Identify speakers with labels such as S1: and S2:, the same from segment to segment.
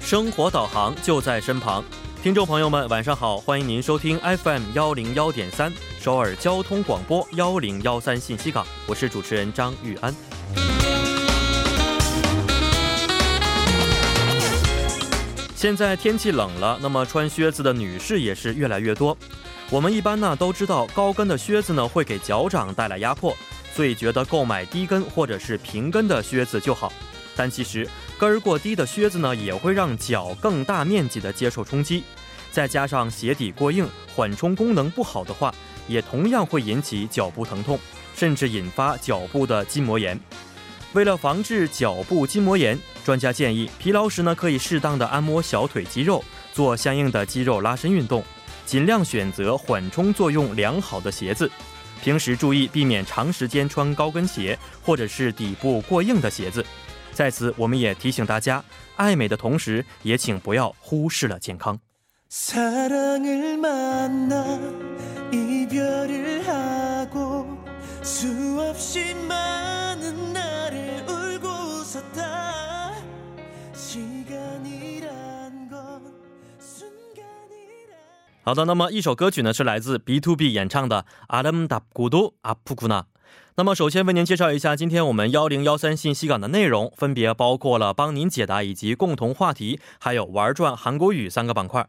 S1: 生活导航就在身旁。听众朋友们，晚上好，欢迎您收听 FM 幺零幺点三首尔交通广播幺零幺三信息港，我是主持人张玉安。现在天气冷了，那么穿靴子的女士也是越来越多。我们一般呢都知道，高跟的靴子呢会给脚掌带来压迫，所以觉得购买低跟或者是平跟的靴子就好。但其实跟儿过低的靴子呢，也会让脚更大面积的接受冲击，再加上鞋底过硬、缓冲功能不好的话，也同样会引起脚部疼痛，甚至引发脚部的筋膜炎。为了防治脚部筋膜炎，专家建议疲劳时呢，可以适当的按摩小腿肌肉，做相应的肌肉拉伸运动，尽量选择缓冲作用良好的鞋子。平时注意避免长时间穿高跟鞋或者是底部过硬的鞋子。在此，我们也提醒大家，爱美的同时，也请不要忽视了健康。
S2: 사랑을 만나 이별을 하고 수없이 많은 나를 울고 웃었다 시간이란 건 순간이란
S1: 好的，那么一首歌曲呢是来自 B to B 演唱的《阿름답고도아프구나》。那么首先为您介绍一下今天我们幺零幺三信息港的内容，分别包括了帮您解答以及共同话题，还有玩转韩国语三个板块。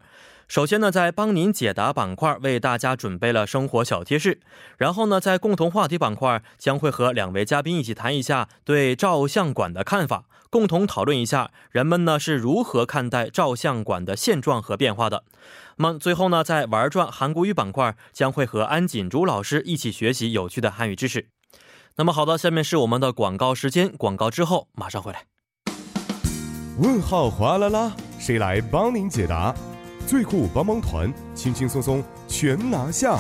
S1: 首先呢，在帮您解答板块为大家准备了生活小贴士，然后呢，在共同话题板块将会和两位嘉宾一起谈一下对照相馆的看法，共同讨论一下人们呢是如何看待照相馆的现状和变化的。那么最后呢，在玩转韩国语板块将会和安锦珠老师一起学习有趣的汉语知识。那么好的，下面是我们的广告时间，广告之后马上回来。
S3: 问号哗啦啦，谁来帮您解答？最酷帮帮团，轻轻松松全拿下。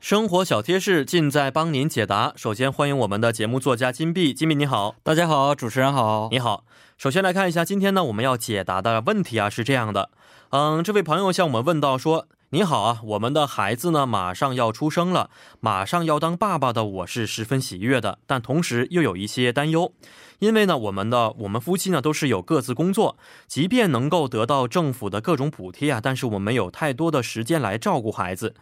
S1: 生活小贴士尽在帮您解答。首先欢迎我们的节目作家金币，金币你好，
S4: 大家好，主持人好。
S1: 你好。首先来看一下今天呢我们要解答的问题啊是这样的，嗯，这位朋友向我们问到说。你好啊，我们的孩子呢马上要出生了，马上要当爸爸的我是十分喜悦的，但同时又有一些担忧，因为呢我们的我们夫妻呢都是有各自工作，即便能够得到政府的各种补贴啊，但是我们没有太多的时间来照顾孩子。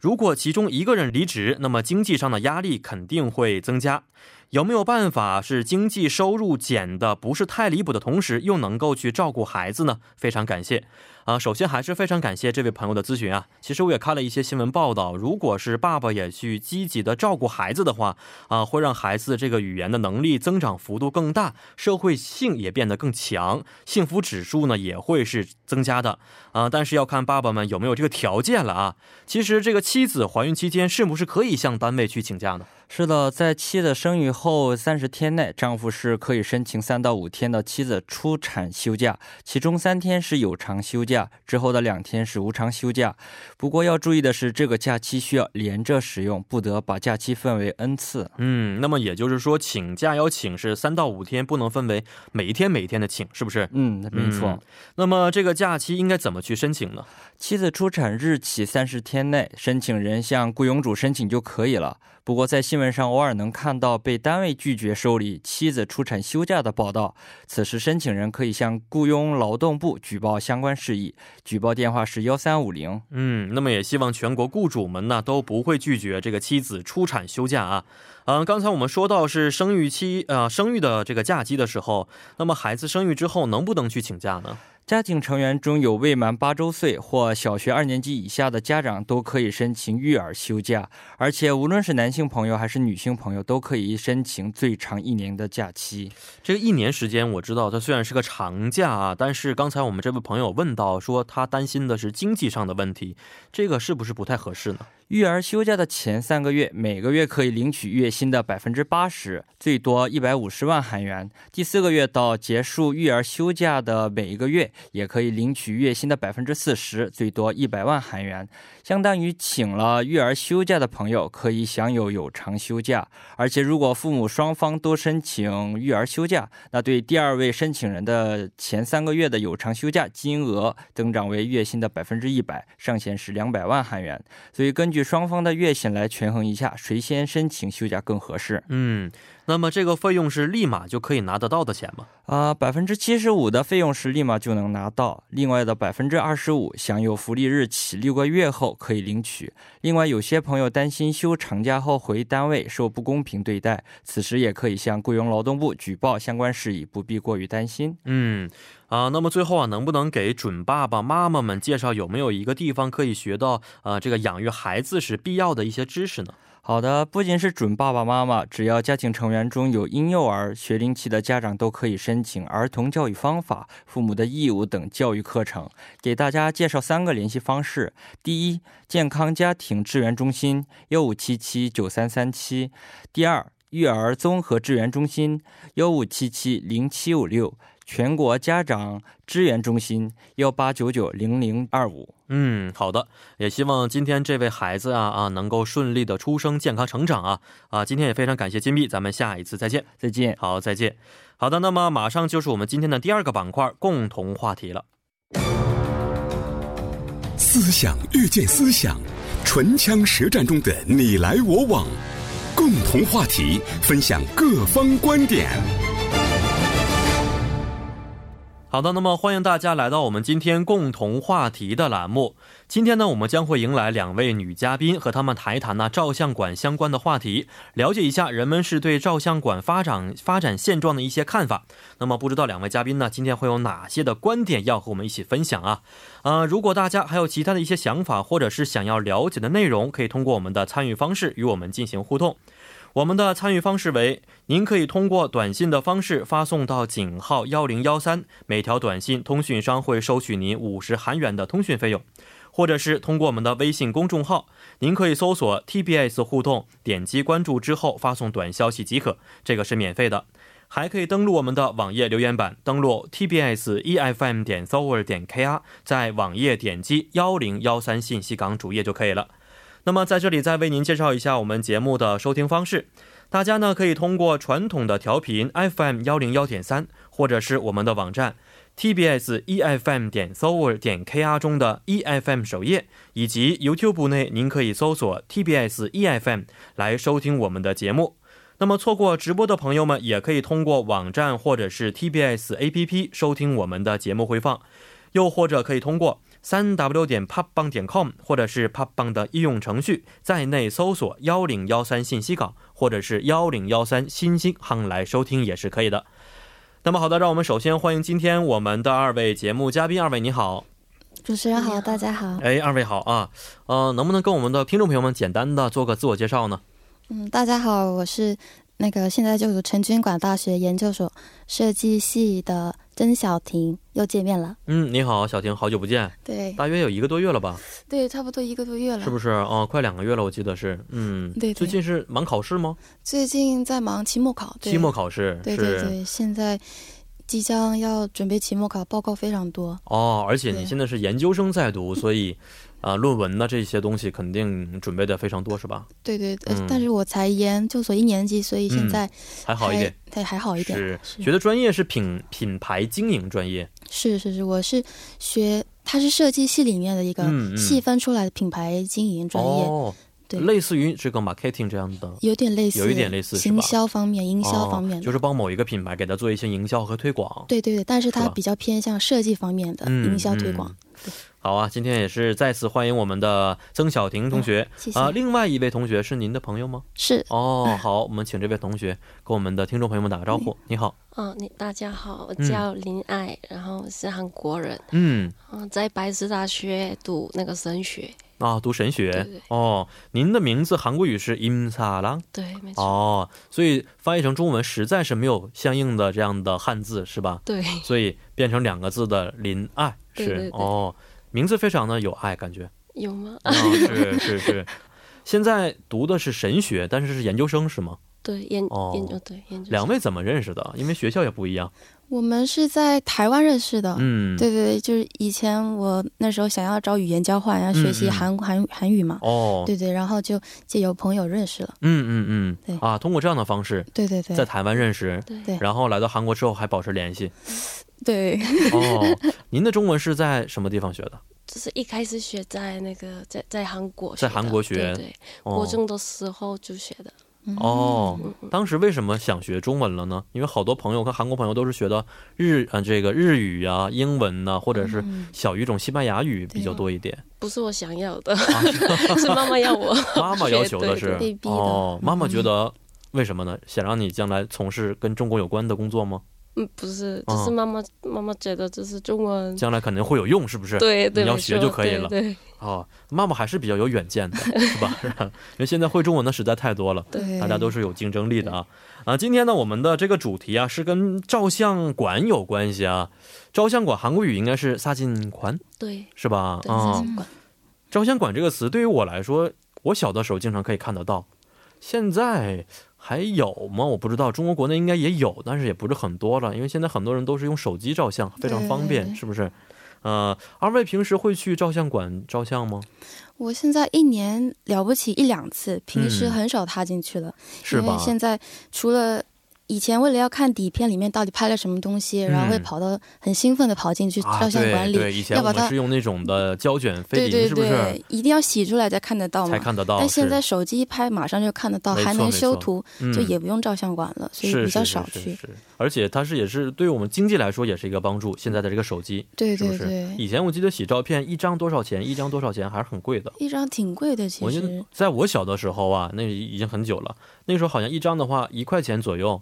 S1: 如果其中一个人离职，那么经济上的压力肯定会增加。有没有办法是经济收入减的不是太离谱的同时，又能够去照顾孩子呢？非常感谢啊！首先还是非常感谢这位朋友的咨询啊。其实我也看了一些新闻报道，如果是爸爸也去积极的照顾孩子的话，啊，会让孩子这个语言的能力增长幅度更大，社会性也变得更强，幸福指数呢也会是增加的啊。但是要看爸爸们有没有这个条件了啊。其实这个妻子怀孕期间是不是可以向单位去请假呢？
S4: 是的，在妻子生育后三十天内，丈夫是可以申请三到五天的妻子出产休假，其中三天是有偿休假，之后的两天是无偿休假。不过要注意的是，这个假期需要连着使用，不得把假期分为 n 次。
S1: 嗯，那么也就是说，请假要请是三到五天，不能分为每一天每一天的请，是不是？
S4: 嗯，没错。
S1: 嗯那么这个假期应该怎么去申请呢？
S4: 妻子出产日起三十天内，申请人向雇佣主申请就可以了。不过，在新闻上偶尔能看到被单位拒绝受理妻子出产休假的报道，此时申请人可以向雇佣劳动部举报相关事宜，举报电话是幺三五零。
S1: 嗯，那么也希望全国雇主们呢都不会拒绝这个妻子出产休假啊。嗯、刚才我们说到是生育期，呃，生育的这个假期的时候，那么孩子生育之后能不能去请假呢？
S4: 家庭成员中有未满八周岁或小学二年级以下的家长都可以申请育儿休假，而且无论是男性朋友还是女性朋友都可以申请最长一年的假期。
S1: 这个一年时间，我知道它虽然是个长假啊，但是刚才我们这位朋友问到说，他担心的是经济上的问题，这个是不是不太合适呢？
S4: 育儿休假的前三个月，每个月可以领取月薪的百分之八十，最多一百五十万韩元。第四个月到结束育儿休假的每一个月，也可以领取月薪的百分之四十，最多一百万韩元，相当于请了育儿休假的朋友可以享有有偿休假。而且，如果父母双方都申请育儿休假，那对第二位申请人的前三个月的有偿休假金额增长为月薪的百分之一百，上限是两百万韩元。所以，根据据双方的月薪来权衡一下，谁先申请休假更合适。
S1: 嗯，那么这个费用是立马就可以拿得到的钱吗？
S4: 啊、百分之七十五的费用是立马就能拿到，另外的百分之二十五享有福利日起六个月后可以领取。另外，有些朋友担心休长假后回单位受不公平对待，此时也可以向雇佣劳动部举报相关事宜，不必过于担心。
S1: 嗯，啊，那么最后啊，能不能给准爸爸妈妈们介绍有没有一个地方可以学到呃这个养育孩子时必要的一些知识呢？
S4: 好的，不仅是准爸爸妈妈，只要家庭成员中有婴幼儿学龄期的家长，都可以申请儿童教育方法、父母的义务等教育课程。给大家介绍三个联系方式：第一，健康家庭支援中心幺五七七九三三七；第二，育儿综合支援中心幺五七七零七五六；全国家长支援中心幺八九九零零二五。
S1: 嗯，好的，也希望今天这位孩子啊啊能够顺利的出生，健康成长啊啊！今天也非常感谢金币，咱们下一次再见。
S4: 再见。
S1: 好，再见。好的，那么马上就是我们今天的第二个板块共同话题了。
S5: 思想遇见思想，唇枪舌战中的你来我往，共同话题，分享各方观点。
S1: 好的，那么欢迎大家来到我们今天共同话题的栏目。今天呢，我们将会迎来两位女嘉宾，和她们谈一谈呢照相馆相关的话题，了解一下人们是对照相馆发展发展现状的一些看法。那么，不知道两位嘉宾呢，今天会有哪些的观点要和我们一起分享啊？呃，如果大家还有其他的一些想法，或者是想要了解的内容，可以通过我们的参与方式与我们进行互动。我们的参与方式为：您可以通过短信的方式发送到井号幺零幺三，每条短信通讯商会收取您五十韩元的通讯费用；或者是通过我们的微信公众号，您可以搜索 TBS 互动，点击关注之后发送短消息即可，这个是免费的。还可以登录我们的网页留言板，登录 tbs efm 点 s o v e r 点 kr，在网页点击幺零幺三信息港主页就可以了。那么在这里再为您介绍一下我们节目的收听方式，大家呢可以通过传统的调频 FM 幺零幺点三，或者是我们的网站 TBS EFM 点 s o v e r 点 KR 中的 EFM 首页，以及 YouTube 内您可以搜索 TBS EFM E 来收听我们的节目。那么错过直播的朋友们，也可以通过网站或者是 TBS APP 收听我们的节目回放，又或者可以通过三 w 点 p o p b a n g 点 com 或者是 p o p b a n g 的应用程序，在内搜索幺零幺三信息港或者是幺零幺三新星行来收听也是可以的。那么好的，让我们首先欢迎今天我们的二位节目嘉宾，二位你好，
S6: 主持人好，大家好，
S1: 哎，二位好啊，呃，能不能跟我们的听众朋友们简单的做个自我介绍呢？
S6: 嗯，大家好，我是那个现在就读成均馆大学研究所设计系的曾小婷，又见面了。
S1: 嗯，你好，小婷，好久不见，
S6: 对
S1: 哎大约有一个多月了吧？
S6: 对，差不多一个多月了。
S1: 啊是不是？哦，快两个月了，我记得是，嗯，
S6: 对对
S1: 最近是忙考试吗？
S6: 最近在忙期末考，对
S1: 期末考嗯试
S6: 对
S1: 是
S6: 对对，现在即将要准备期末考，报告非常多。
S1: 哦，而且你
S6: 对
S1: 现在是研究生在 读，所以啊、论文呢这些东西肯定准备的非常多，是吧？
S6: 对对，呃
S1: 嗯
S6: 但是我才研究所一年级，所以现在
S1: 还好一点，，
S6: 对，还好一点。
S1: 是学的专业是品品牌经营专业，
S6: 是是是，我是学，它是设计系里面的一个
S1: 嗯嗯
S6: 细分出来的品牌经营专业，
S1: 哦，
S6: 对
S1: 类似于这个 marketing 这样的。
S6: 有点类似，
S1: 有一点类似是吧
S6: 行销方面、营销方面
S1: 哦，
S6: 的。
S1: 就是帮某一个品牌给它做一些营销和推广。
S6: 对对对，但是
S1: 是
S6: 它
S1: 吧
S6: 比较偏向设计方面的
S1: 嗯
S6: 营销推广。
S1: 好啊，今天也是再次欢迎我们的曾小婷同学
S6: 嗯谢嗯谢
S1: 啊、另外一位同学是您的朋友吗？
S6: 是
S1: 哦，好，我们请这位同学跟我们的听众朋友们打个招呼。你好，
S7: 嗯，你大家好，我
S1: 嗯
S7: 叫林爱，然后我是韩国人，
S1: 嗯，
S7: 嗯，在白石大学读那个神学，
S1: 啊，读神学
S7: 对对
S1: 哦，您的名字韩国语是임사랑
S7: 对，没错，
S1: 哦，所以翻译成中文实在是没有相应的这样的汉字是吧？
S7: 对，
S1: 所以变成两个字的林爱是
S7: 对对对
S1: 哦，名字非常的有爱感觉，
S7: 有吗？
S1: 啊、是是是。现在读的是神学，但是是研究生是吗？
S7: 对，研
S1: 哦
S7: 研究对研究
S1: 两
S7: 生
S1: 位怎么认识的？因为学校也不一样。
S6: 我们是在台湾认识的。
S7: 啊
S1: 嗯，
S6: 对对对，就是以前我那时候想要找语言交换，然啊后学习
S1: 嗯嗯
S6: 韩韩韩语嘛。
S1: 哦，
S6: 对对，然后就借由朋友认识了。
S1: 嗯嗯
S6: 对
S1: 嗯，啊，通过这样的方式
S6: 对对对
S1: 在台湾认识，
S7: 对
S6: 对
S1: 然后来到韩国之后还保持联系。
S6: 对，
S1: 哦，您的中文是在什么地方学的？
S7: 就是一开始学在那个在在韩国学
S1: 在
S7: 的，
S1: 韩国学
S7: 对对，
S1: 哦
S7: 国中的时候就学的，
S1: 哦，当时为什么想学中文了呢？因为好多朋友跟韩国朋友都是学的日啊、这个日语啊、英文呐、或者是小语种西班牙语比较多一点。
S7: 不是我想要的，
S1: 哦
S7: 是妈妈要我。
S1: 妈妈要求的
S7: 对
S1: 是
S7: 对
S6: 被逼的
S1: 哦，妈妈觉得为什么呢？想让你将来从事跟中国有关的工作吗？
S7: 嗯，不是，就是
S1: 嗯
S7: 妈妈、妈妈觉得就是中文，
S1: 将来肯定会有用，是不是？
S7: 嗯对对，
S1: 你要
S7: 没
S1: 学
S7: 错
S1: 就可以了。
S7: 对
S1: 哦，妈妈还是比较有远见的，是吧？ 因为现在会中文的实在太多了。
S6: 对，
S1: 大家都是有竞争力的啊。啊，今天呢，我们的这个主题啊是跟照相馆有关系啊。照相馆韩国语应该是“사진馆
S7: 对”
S1: 是吧
S7: 对，？对
S1: 啊、
S7: 是这样管
S1: 照相馆这个词对于我来说，我小的时候经常可以看得到，现在还有吗？我不知道，中国国内应该也有，但是也不是很多了，因为现在很多人都是用手机照相，非常方
S6: 对
S1: 便，是不是？呃，二位平时会去照相馆照相吗？
S6: 我现在一年了不起一两次，平时
S1: 嗯
S6: 很少踏进去了，
S1: 是
S6: 因
S1: 吧
S6: 为？现在除了。以前为了要看底片里面到底拍了什么东西，然后会
S1: 嗯
S6: 跑到很兴奋的跑进去
S1: 啊，
S6: 照相馆
S1: 对
S6: 里，
S1: 对，以前
S6: 要
S1: 我
S6: 把
S1: 们
S6: 它
S1: 是用那种的胶卷飞
S6: 对
S1: 林，
S6: 对
S1: 是不是？
S6: 对，一定要洗出来才看得到嘛
S1: 才。看得到。
S6: 哦但现在
S1: 是
S6: 手机一拍，马上就看得到，
S1: 没错
S6: 还能修图，
S1: 嗯
S6: 就也不用照相馆了，所以
S1: 是
S6: 比较
S1: 是
S6: 少
S1: 是
S6: 去。
S1: 是是而且它是也是对我们经济来说也是一个帮助。现在的这个手机，
S6: 对
S1: 是不
S6: 对
S1: 是
S6: 对，
S1: 以前我记得洗照片一张多少钱，一张多少钱还是很贵的。
S6: 一张挺贵的，其
S1: 我记
S6: 实
S1: 得在我小的时候啊，那已经很久了，那时候好像一张的话一块钱左右，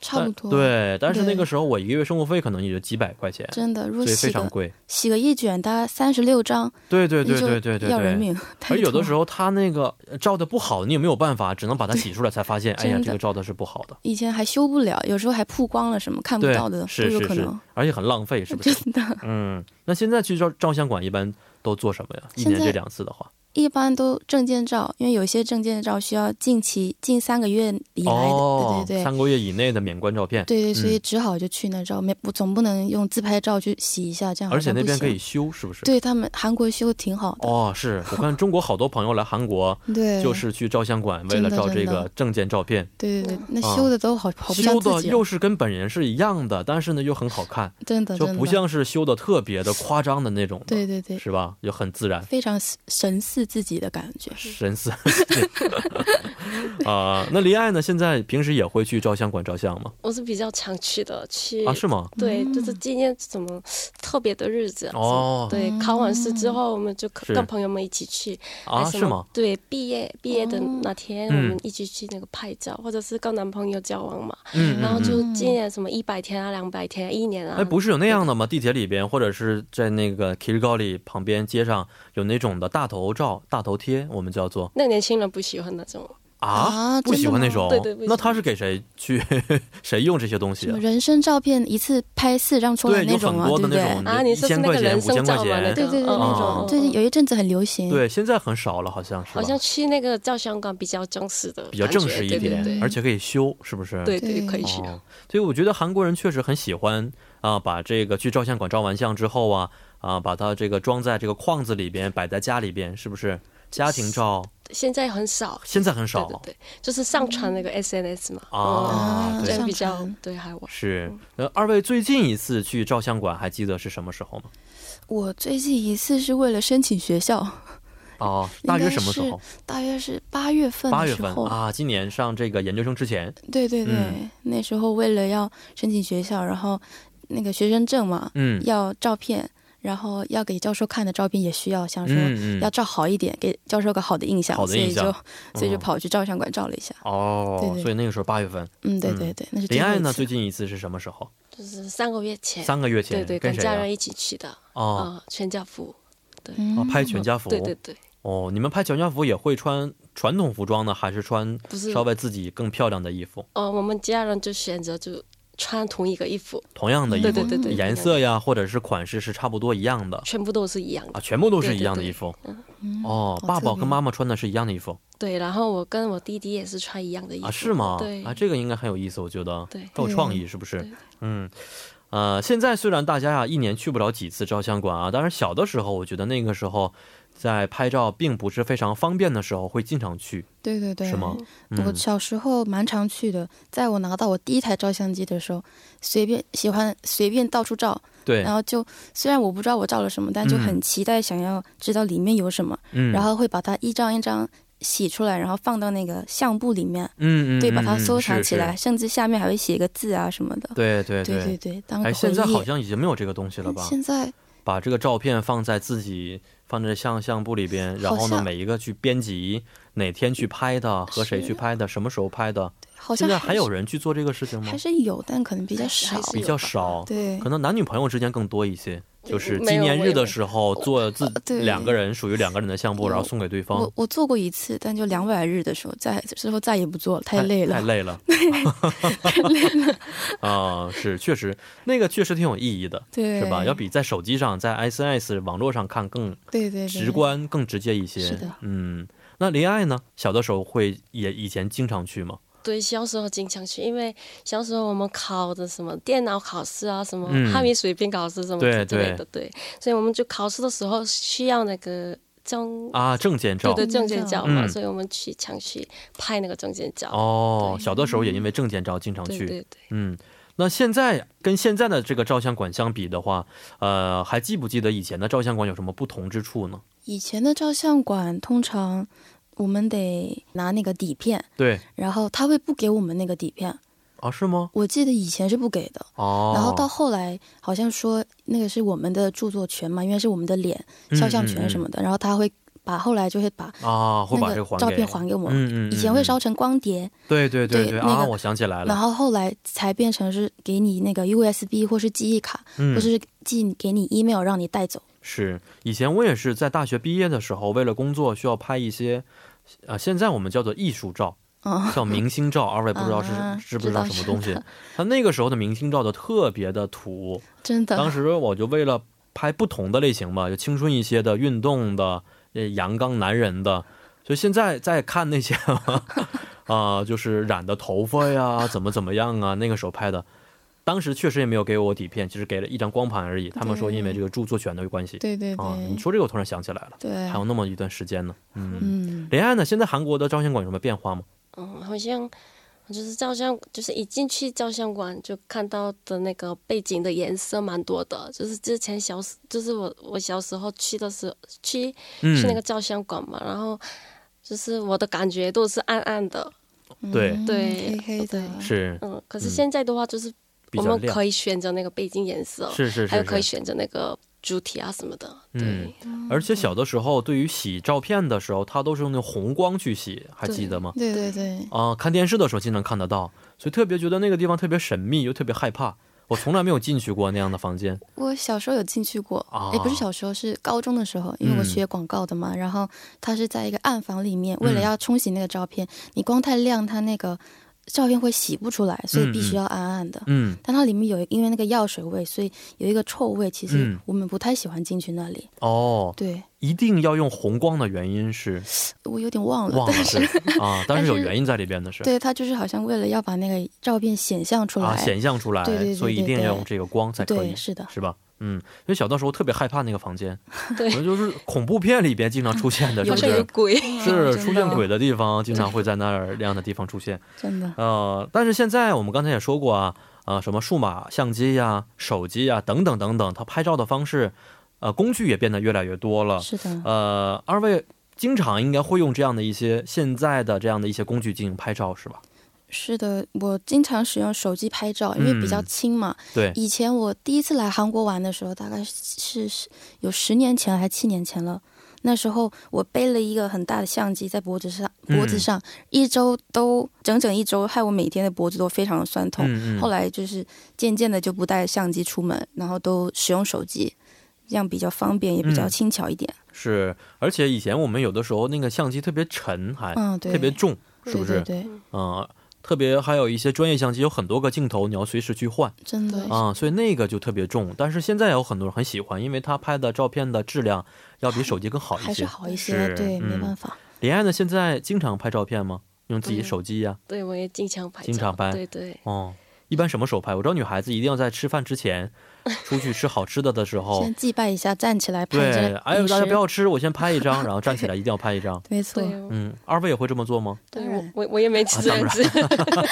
S6: 差不
S1: 但
S6: 多。，
S1: 对，但是那
S6: 对
S1: 个时候我一个月生活费可能也就几百块钱，
S6: 真的，如
S1: 所
S6: 果
S1: 以非
S6: 洗
S1: 常
S6: 个
S1: 贵。
S6: 洗个一卷，大概三十六张，
S1: 对对
S6: 你
S1: 对
S6: 就
S1: 对对对
S6: 要人
S1: 对。
S6: 命。
S1: 而有的时
S6: 候，
S1: 候它那个照的不好，你也没有办法，只能把它洗出来，才发现，哎呀，
S6: 真
S1: 这
S6: 的
S1: 个照的是不好的。
S6: 以前还修不了，有时候还曝光了什么看不
S1: 对
S6: 到的，，都
S1: 是
S6: 有
S1: 是
S6: 可
S1: 是
S6: 能。，
S1: 而且很浪费，是不是？
S6: 真的，
S1: 嗯，那现在去照照相馆一般都做什么呀？一
S6: 现
S1: 年
S6: 在
S1: 这两次的话，
S6: 一般都证件照，因为有些证件照需要近期近三个月以来的，
S1: 哦，
S6: 对对对。
S1: 三个月以内的免关照片，
S6: 对对，
S1: 嗯
S6: 所以只好就去那照，没我总不能用自拍照去洗一下，这样好
S1: 而且
S6: 像
S1: 那
S6: 不
S1: 边可
S6: 行
S1: 以修，是不是？，
S6: 对他们韩国修得挺好的，，
S1: 哦，是我看中国好多朋友来韩国
S6: 对，
S1: 就是去照相馆，为
S6: 真
S1: 了
S6: 的
S1: 照这
S6: 真的
S1: 个证件照片，
S6: 对对对，那
S1: 啊
S6: 修的都好好不像
S1: 修
S6: 自
S1: 的
S6: 己，
S1: 又是跟本人是一样的，但是呢又很好看，
S6: 真的
S1: 就
S6: 哦真
S1: 不
S6: 的
S1: 像是修的特别的夸张的那种的，
S6: 对对对，
S1: 是吧？就很自然。
S6: 非常神神似自己的感觉。
S1: 神似 啊、那黎爱呢？现在平时也会去照相馆照相吗？
S7: 我是比较常去的，去
S1: 啊，是吗？
S7: 对，就是
S6: 嗯
S7: 纪念什么特别的日子啊。
S1: 哦
S7: 什么对，考完试之
S6: 嗯
S7: 后，我们就是跟朋友们一起去。
S1: 啊，
S7: 还什
S1: 是
S7: 么
S1: 吗？？
S7: 对，毕业毕业的
S6: 哦
S7: 那天，
S1: 嗯
S7: 我们一起去那个拍照，或者是跟男朋友交往嘛，
S1: 嗯，嗯
S7: 然后
S1: 嗯
S7: 就纪念什么一百天啊、两百天、啊、一年啊。
S1: 哎，不是有那样的吗？地铁里边，或者是在那个 k i r g o l i 旁边街上有那种的大头照、大头贴，我们叫做
S7: 那年轻人不喜欢那种，
S1: 啊
S6: 啊
S1: 不喜欢那种。
S7: 真的吗对对不喜欢
S1: 那他是给谁去？ 谁用这些东西
S6: 什
S1: 啊
S6: 么？人生照片一次拍四张出来
S1: 对，
S6: 那
S1: 有很
S6: 种啊，
S1: 多
S6: 对
S1: 的
S6: 不
S1: 那
S6: 对
S1: 种？
S7: 啊你
S1: 一
S7: 说是
S1: 千
S7: 那个
S1: 块钱、
S7: 人
S1: 五
S7: 生
S1: 千块
S7: 照吗那
S1: 钱
S7: 种，
S6: 对对对，
S7: 嗯
S6: 那
S1: 嗯
S6: 种最近有一阵子很流行，
S1: 对，现在很少了，好像是吧
S7: 好？像去那个照相馆比较正式的感觉，
S1: 比较正式一
S7: 对
S1: 点，
S7: 对
S1: 而且可以修，是不是？
S7: 对对
S6: 对
S7: 对，可以去。
S1: 哦，所以我觉得韩国人确实很喜欢啊，把这个去照相馆照完相之后啊，啊，把它这个装在这个框子里边，摆在家里边，是不是？家庭照
S7: 现在很少，
S1: 现在很少
S7: 对对对，就是上传那个 SNS 嘛，
S1: 啊
S6: 嗯
S1: 对
S7: 这样比
S6: 上
S7: 较
S6: 传
S7: 对还玩。
S1: 是，
S7: 嗯
S1: 呃，二位最近一次去照相馆还记得是什么时候吗？
S6: 我最近一次是为了申请学校，
S1: 哦，
S6: 应
S1: 大
S6: 该
S1: 约什么时
S6: 是
S1: 候？
S6: 大约是八月份
S1: 八
S6: 的
S1: 月
S6: 时
S1: 份
S6: 候，
S1: 啊，今年上这个研究生之前，
S6: 对对对
S1: 嗯，
S6: 那时候为了要申请学校，然后那个学生证嘛，
S1: 嗯
S6: 要照片，然后要给教授看的照片也需要，想说
S1: 嗯
S6: 要
S1: 嗯，
S6: 照好一点，给教授个好的印象，
S1: 好的印象
S6: 所以就、所以就
S1: 嗯
S6: 跑去照相馆照了一下。对
S1: 哦，
S6: 对
S1: 所以那个时候八月份，
S6: 嗯，对
S1: 嗯
S6: 对对，那是
S1: 林爱呢最
S6: 最后一次
S1: 近一次是什么时候？
S7: 就是三个月前，
S1: 三个月前，
S7: 对对，
S1: 跟
S7: 跟
S1: 谁
S7: 家
S1: 呀、
S7: 人一起去的，
S1: 哦、
S7: 啊，全家福，
S6: 嗯
S1: 哦，拍全家福，
S7: 对对对，
S1: 哦，你们拍全家福也会穿传统服装呢，还是穿
S7: 不是
S1: 稍微自己更漂亮的衣服？
S7: 哦，我们家人就选择就穿同一个衣服，
S1: 同样的衣服，
S7: 对对对对，
S1: 颜色呀，或者是款式是差不多一样的
S7: 全部都是一样
S1: 啊，
S7: 的。
S1: 全部都是
S7: 对对
S1: 一样的
S7: 对
S1: 衣服。
S6: 嗯
S1: 哦，
S6: 好
S1: 爸
S6: 特
S1: 爸
S6: 别
S1: 跟妈妈穿的是一样的衣服。
S7: 对，然后我跟我弟弟也是穿一样的衣服
S1: 啊，是吗？
S7: 对
S1: 啊，这个应该很有意思，我觉得，
S7: 对
S1: 很有创意，是不是？嗯，呃，现在虽然大家呀、一年去不了几次照相馆啊，但是小的时候，我觉得那个时候在拍照并不是非常方便的时候会经常去，
S6: 对对对，
S1: 是吗？
S6: 我
S1: 嗯，
S6: 小时候蛮常去的，在我拿到我第一台照相机的时候，随便喜欢随便到处照，
S1: 对
S6: 然，后就虽然我不知道我照了什么，但就很
S1: 嗯
S6: 期待想要知道里面有什么，
S1: 嗯，
S6: 然后会把它一张一张洗出来，然后放到那个相簿里面，
S1: 嗯，嗯嗯，
S6: 对，把
S1: 嗯
S6: 它收藏
S1: 是
S6: 起来，
S1: 是
S6: 甚至下面还会写一个字啊什么的。
S1: 对对
S6: 对对对，当
S1: 哎，
S6: 回
S1: 现在好
S6: 忆。
S1: 像已经没有这个东西了吧？
S6: 现在
S1: 把这个照片放在自己放在相相簿里边，然后
S6: 好
S1: 呢，
S6: 像
S1: 每一个去编辑哪天去拍的，和谁
S6: 是
S1: 去拍的，什么时候拍的。
S6: 好
S1: 现
S6: 像
S1: 在还有
S6: 是
S1: 人去做这个事情吗
S6: 还？是有，但可能比较少
S7: 还，是
S1: 比较少，
S6: 对嗯
S1: 可能男女朋友之间更多一些。就是
S7: 没
S1: 纪
S7: 有
S1: 念
S7: 我
S1: 日
S7: 也
S1: 的
S7: 没
S1: 时候做自
S6: 对
S1: 两个人属于两个人的相簿，
S6: 有
S1: 然后送给对方
S6: 我，我做过一次，但就两百日的时候，再之后再也不做了，太累了。
S1: 太累 了，太累了 啊！是，确实那个确实挺有意义的，
S6: 对，
S1: 是吧？要比在手机上、在 SNS 网络上看更
S6: 对对对
S1: 直观、更直接一些。
S6: 是的
S1: 嗯，那林爱呢？小的时候会也以前经常去吗？
S7: 对，小时候经常去，因为小时候我们考的什么电脑考试啊，什么
S1: 嗯
S7: 汉语水平考试什么
S1: 对
S7: 之类的，对，所以我们就考试的时候需要那个证，
S1: 啊，证件照。
S7: 对对，证件照嘛，
S1: 嗯
S7: 所以我们去常去拍那个证件照。
S1: 哦，小的时候也因为证件照经常
S7: 对
S1: 去。
S7: 对对，
S1: 嗯，那现在跟现在的这个照相馆相比的话，呃，还记不记得以前的照相馆有什么不同之处呢？
S6: 以前的照相馆通常我们得拿那个底片，
S1: 对，
S6: 然后他会不给我们那个底片，
S1: 啊，是吗？
S6: 我记得以前是不给的。
S1: 哦，
S6: 然后到后来好像说那个是我们的著作权嘛，因为是我们的脸、
S1: 嗯
S6: 肖像权什么的，然后他会把后来就会把
S1: 啊，会把
S6: 那
S1: 这个还
S6: 个
S1: 给
S6: 照片还给我们。
S1: 嗯嗯，嗯
S6: 以前会烧，成光碟，
S1: 对对对
S6: 对
S1: 对
S6: 那
S1: 啊，
S6: 个
S1: 我想起来
S6: 然
S1: 了，
S6: 后后来才变成是给你那个 USB 或是记忆卡，
S1: 嗯
S6: 或是寄给你 email 让你带走。
S1: 是，以前我也是在大学毕业的时候，为了工作需要拍一些，啊、现在我们叫做艺术照，
S6: 嗯，
S1: 叫明星照，二位不知道是、
S6: 啊
S1: 知嗯不知道什么东
S6: 知
S1: 西
S6: 道。
S1: 他那个时候的明星照就特别的土，
S6: 真的。
S1: 当时我就为了拍不同的类型嘛，就青春一些的、运动的、呃阳刚男人的，所以现在再看那些 啊、就是染的头发呀，怎么怎么样啊，那个时候拍的。当时确实也没有给我底片，只是给了一张光盘而已。他们说因为这个著作权的关系，
S6: 对对对，
S1: 啊，你说这个我突然想起来了，
S6: 对啊
S1: 还，有那么一段时间呢。嗯，
S6: 嗯，
S1: 林爱呢？现在韩国的照相馆有什么变化吗？
S7: 嗯，好像就是照相，就是一进去照相馆就看到的那个背景的颜色蛮多的，就是之前小时，就是我我小时候去的时候去
S1: 嗯，
S7: 去那个照相馆嘛，然后就是我的感觉都是暗暗的，
S1: 对
S6: 嗯
S7: 对
S6: 黑黑的，
S7: 对
S1: 是
S7: 嗯，可
S1: 嗯
S7: 是现在的话就是
S1: 比
S7: 我
S1: 较
S7: 们
S1: 亮，
S7: 可以选择那个背景颜色，
S1: 是是
S7: 还有
S1: 是
S7: 可以
S1: 是。
S7: 选择那个主题啊什么的，
S1: 嗯
S7: 对，
S1: 而且小的时候，对于洗照片的时候，它都是用那个红光去洗，还记得吗？
S6: 对对对，
S1: 啊、看电视的时候经常看得到，所以特别觉得那个地方特别神秘，又特别害怕。我从来没有进去过那样的房间。
S6: 我小时候有进去过
S1: 啊，
S6: 也不是小时候，是高中的时候，因为我
S1: 嗯
S6: 学广告的嘛，然后它是在一个暗房里面，为了要冲洗那个照片，你光太亮，它那个照片会洗不出来，所以必须要暗暗的。
S1: 嗯，
S6: 但它里面有因为那个药水味，所以有一个臭味，其实
S1: 嗯
S6: 我们不太喜欢进去那里。
S1: 哦，
S6: 对
S1: 一定要用红光的原因是
S6: 我有点忘了，
S1: 忘了
S6: 嗯但
S1: 是
S6: 是
S1: 啊，当
S6: 但
S1: 时
S6: 是
S1: 有原因在里边的是
S6: 对它就是好像为了要把那个照片显像出来，
S1: 啊，显像出来
S6: 对对对
S1: 所以一
S6: 对
S1: 定
S6: 对
S1: 要用这个光才可以
S6: 对，，是的，
S1: 是吧？嗯，因为小的时候特别害怕那个房间，
S7: 对
S1: 可能就是恐怖片里边经常出现的，是
S7: 好
S1: 不
S7: 像有
S1: 是？
S7: 鬼，
S1: 是
S6: 哎真
S1: 出现
S6: 的
S1: 鬼的地方，经常会在那儿那样的地方出现。
S6: 真的。
S1: 呃，但是现在我们刚才也说过啊，啊、什么数码相机呀、手机呀、等等等等，它拍照的方式，呃，工具也变得越来越多了。
S6: 是的，
S1: 呃，二位经常应该会用这样的一些现在的这样的一些工具进行拍照，是吧？
S6: 是的，我经常使用手机拍照，因为比较
S1: 嗯
S6: 轻嘛。
S1: 对，
S6: 以前我第一次来韩国玩的时候，大概是是有十年前还七年前了。那时候我背了一个很大的相机在脖子上，
S1: 嗯
S6: 脖子上、一周都整整一周，害我每天的脖子都非常的酸痛。
S1: 嗯嗯。
S6: 后来就是渐渐的就不带相机出门，然后都使用手机，这样比较方便，也比较
S1: 嗯
S6: 轻巧一点。
S1: 是，而且以前我们有的时候那个相机特别沉，还、
S6: 嗯，
S1: 哎
S6: 对，
S1: 特别重，是不是？
S6: 对对对，
S1: 嗯、特别还有一些专业相机有很多个镜头，你要随时去换。
S6: 真的。
S1: 啊、所以那个就特别重，但是现在有很多人很喜欢，因为他拍的照片的质量要比手机更好一
S6: 还是
S1: 些。
S6: 好一些，
S1: 是
S6: 对，没
S1: 嗯
S6: 办法。
S1: 林爱呢，现在经常拍照片吗？用自己
S7: 嗯
S1: 手机呀、
S7: 对我也经常拍照，
S1: 经常拍
S7: 对对
S1: 哦，一般什么时候拍？我知道女孩子一定要在吃饭之前，出去吃好吃的的时候
S6: 先，祭拜一下，站起来拍着
S1: 哦对，哎呦，
S6: 饮
S1: 大家
S6: 食
S1: 不要吃，我先拍一张，然后站起来一定要拍一 张。
S6: 没错
S7: 对，哦，
S1: 嗯，二位也会这么做吗？
S7: 对
S6: 当
S7: 我
S6: 然
S7: 我我也没吃这样子，